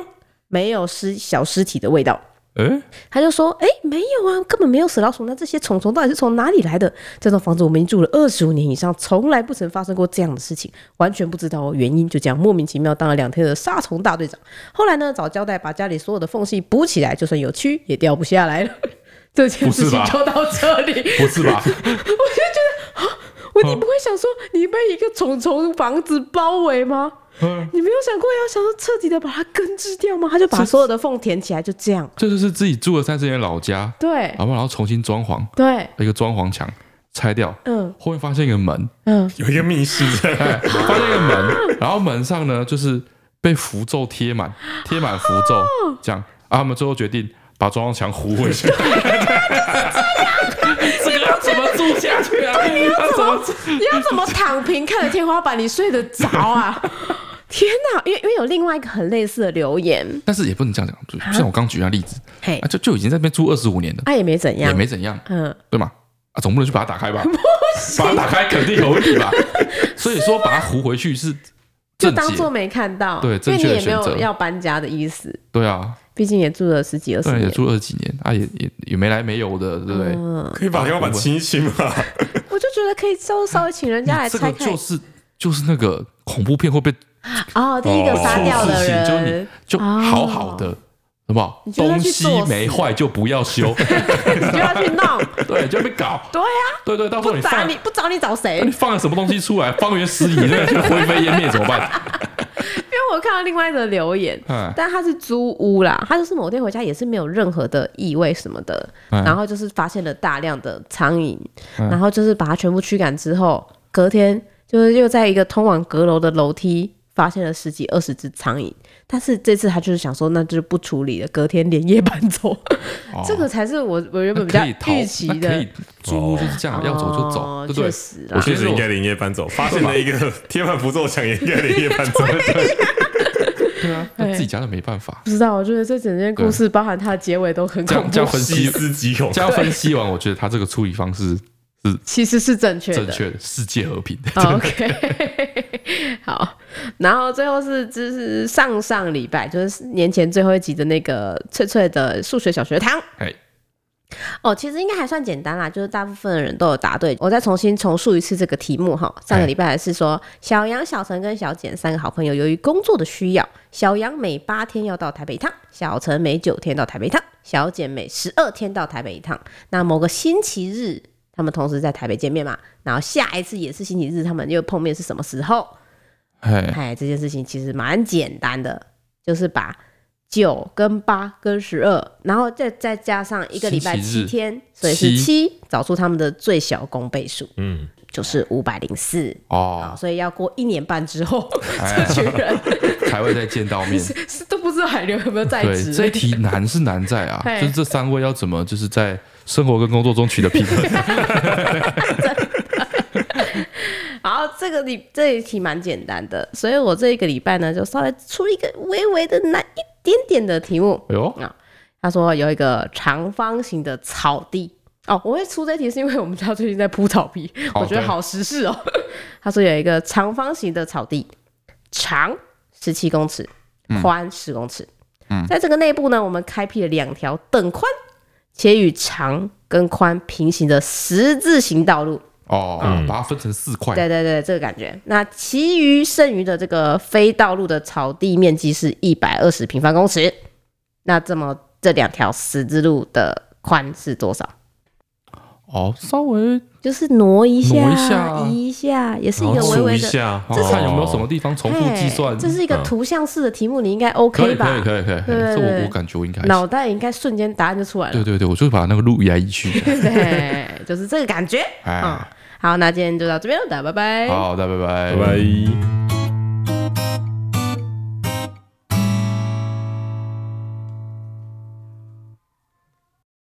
D: 没有尸小尸体的味道。
B: 哎，
D: 他就说：“哎、没有啊，根本没有死老鼠。那这些虫虫到底是从哪里来的？这栋房子我们已经住了二十五年以上，从来不曾发生过这样的事情，完全不知道原因。就这样莫名其妙当了两天的杀虫大队长。后来呢，找胶带把家里所有的缝隙补起来，就算有蛆也掉不下来了。这件
B: 不是
D: 事情
B: 吧
D: 就到这里，
B: 不是吧？
D: 我就觉得啊，
B: 嗯
D: 我你不会想说你被一个虫虫房子包围吗？
B: 嗯，
D: 你没有想过要想说彻底的把它根治掉吗？他就把所有的缝填起来，就这样。
B: 这就是自己住了三十年的老家，
D: 对
B: 好不好？然后重新装潢，
D: 对，
B: 一个装潢墙拆掉，
D: 嗯
B: 后面发现一个门，
D: 嗯，
C: 有一个密室这 样，
B: 哎，发现一个门，然后门上呢就是被符咒贴满，贴满符
D: 哦
B: 咒，这样啊，他们最后决定把装潢墙糊回 去。
A: 这个要怎么 住下去啊？
D: 怎么你要怎么躺平看着天花板，你睡得着啊？ 天哪！因为因为有另外一个很类似的留言，
B: 但是也不能这样讲，就像我刚举那例子，
D: 啊嘿
B: 啊，，就就已经在那边住二十五年了，
D: 他也没怎
B: 也
D: 样，
B: 没怎样，
D: 嗯，
B: 对吗？啊，总不能去把它打 开吧？把它打开肯定有问题吧？所以说把它糊回去是
D: 就
B: 正
D: 当做
B: 解，
D: 没看到，
B: 对
D: 因为
B: 正
D: 你
B: 确的
D: 也没
B: 选择
D: 有要搬家的意思，
B: 对啊，
D: 毕竟也住了十几二十
B: 对，也
D: 年。
B: 住二十几年啊，也也也没来没有的，对不对？
D: 嗯，
C: 可以把天花板清一清吗？
D: 我就觉得可以稍稍微请人家
B: 嗯
D: 来
B: 这个
D: 拆开
B: 就是就是那个恐怖片会被
D: 哦，第一个杀掉的
B: 哦就是
D: 人哦
B: 你，就好好的，好不好
D: 你？就要
B: 东
D: 去
B: 西
D: 作死
B: 没坏就不要修，
D: 你就要去弄，
B: 对，就被搞，
D: 对呀，
B: 对对，到时候
D: 不
B: 你
D: 找
B: 放
D: 你不找你找谁？
B: 啊你放了什么东西出来， 方圆十里那就灰飞烟灭怎么办？
D: 因为我看到另外一则留言，
B: 哎
D: 但他是租屋啦，他就是某天回家也是没有任何的异味什么的，
B: 嗯
D: 然后就是发现了大量的苍蝇，然后就是把它全部驱赶之后，隔天就是又在一个通往阁楼的楼梯发现了十几二十只苍蝇，但是这次他就是想说那就不处理了，隔天连夜搬走，
B: 哦
D: 这个才是我我原
B: 那
D: 本比较
B: 可以逃
D: 预期
B: 那可
D: 的
B: 以。租就是这样，要走就走
D: 哦，
B: 对不对
D: 确？实啦
B: 我
C: 确
B: 觉
C: 实
B: 得
C: 应
B: 我
C: 该连夜搬走，发现了一个贴满符咒墙，也应该连夜搬 走。对
B: 对啊，那自己家就没办法。
D: 不知道，我觉得这整件故
B: 嗯
D: 事包含它的结尾都很
B: 这
D: 恐
B: 样
D: 怖
B: 这，样分
C: 细
B: 析，
C: 思极恐，
B: 这样分析完，我觉得他这个处理方式
D: 其实是正确的。哦
B: 正确的，世界和平。
D: OK，好， 然后最后是就是上上礼拜，就是年前最后一集的那个翠翠的数学小学堂
B: 哎，
D: 哦，其实应该还算简单啦，就是大部分的人都有答对。我再重新重述一次这个题目哈，上个礼拜是说小杨、小陈跟小简三个好朋友，由于工作的需要，小杨每八天要到台北一趟，小陈每九天到台北一趟，小简每十二天到台北一趟。那某个星期日，他们同时在台北见面嘛，然后下一次也是星期日，他们又碰面是什么时候？
B: 哎，
D: 哎，这件事情其实蛮简单的，就是把九跟八跟十二，然后再再加上一个礼拜
B: 星期
D: 七
B: 日
D: 天，所以是
B: 七
D: 七，找出他们的最小公倍数，
C: 嗯，
D: 就是五百零四。啊，
B: 哦，
D: 所以要过一年半之后，
B: 哎
D: 这群人
B: 才会再见到面。
D: 是都不知道海流有没有在
B: 对，
D: 职。，
B: 这一题难是难在啊
D: 嘿
B: 就是这三位要怎么就是在生活跟工作中取得平 衡。哎
D: 好，这个礼这一题蛮简单的，所以我这一个礼拜呢，就稍微出一个微微的难一点点的题目。
B: 哎呦，
D: 啊，他说有一个长方形的草地。哦，我会出这题是因为我们家最近在铺草皮，
B: 哦
D: 我觉
B: 对
D: 得好时事哦。 他说有一个长方形的草地，长十七公尺，宽十公尺。嗯，在这个内部呢，我们开辟了两条等宽且与长跟宽平行的十字形道路。
B: 哦，把它分成四块，
D: 对对对，这个感觉。那其余剩余的这个非道路的草地面积是一百二十平方公尺。那这么这两条十字路的宽是多少？
B: 哦，稍微
D: 就是挪一下，
B: 挪一下
D: 移一下也是
C: 然
D: 一个
C: 后
D: 微
C: 数一
D: 微的。
C: 下，
B: 这看有没有什么地方重复计
D: 哎
B: 算。嗯
D: 这是一个图像式的题目，你应该
B: 可
D: OK
B: 以
D: 吧？
B: 可以可以可以，嘿
D: 对对
B: 这
D: 对
B: 我我感觉我应该
D: 脑袋应该瞬间答案就出来
B: 对
D: 了。
B: 对对，我就把那个路移来移去。
D: 对，就是这个感觉。
B: 哎，
D: 哎好，那今天就到这边了，大家拜拜。
B: 好的，拜拜
C: 拜拜。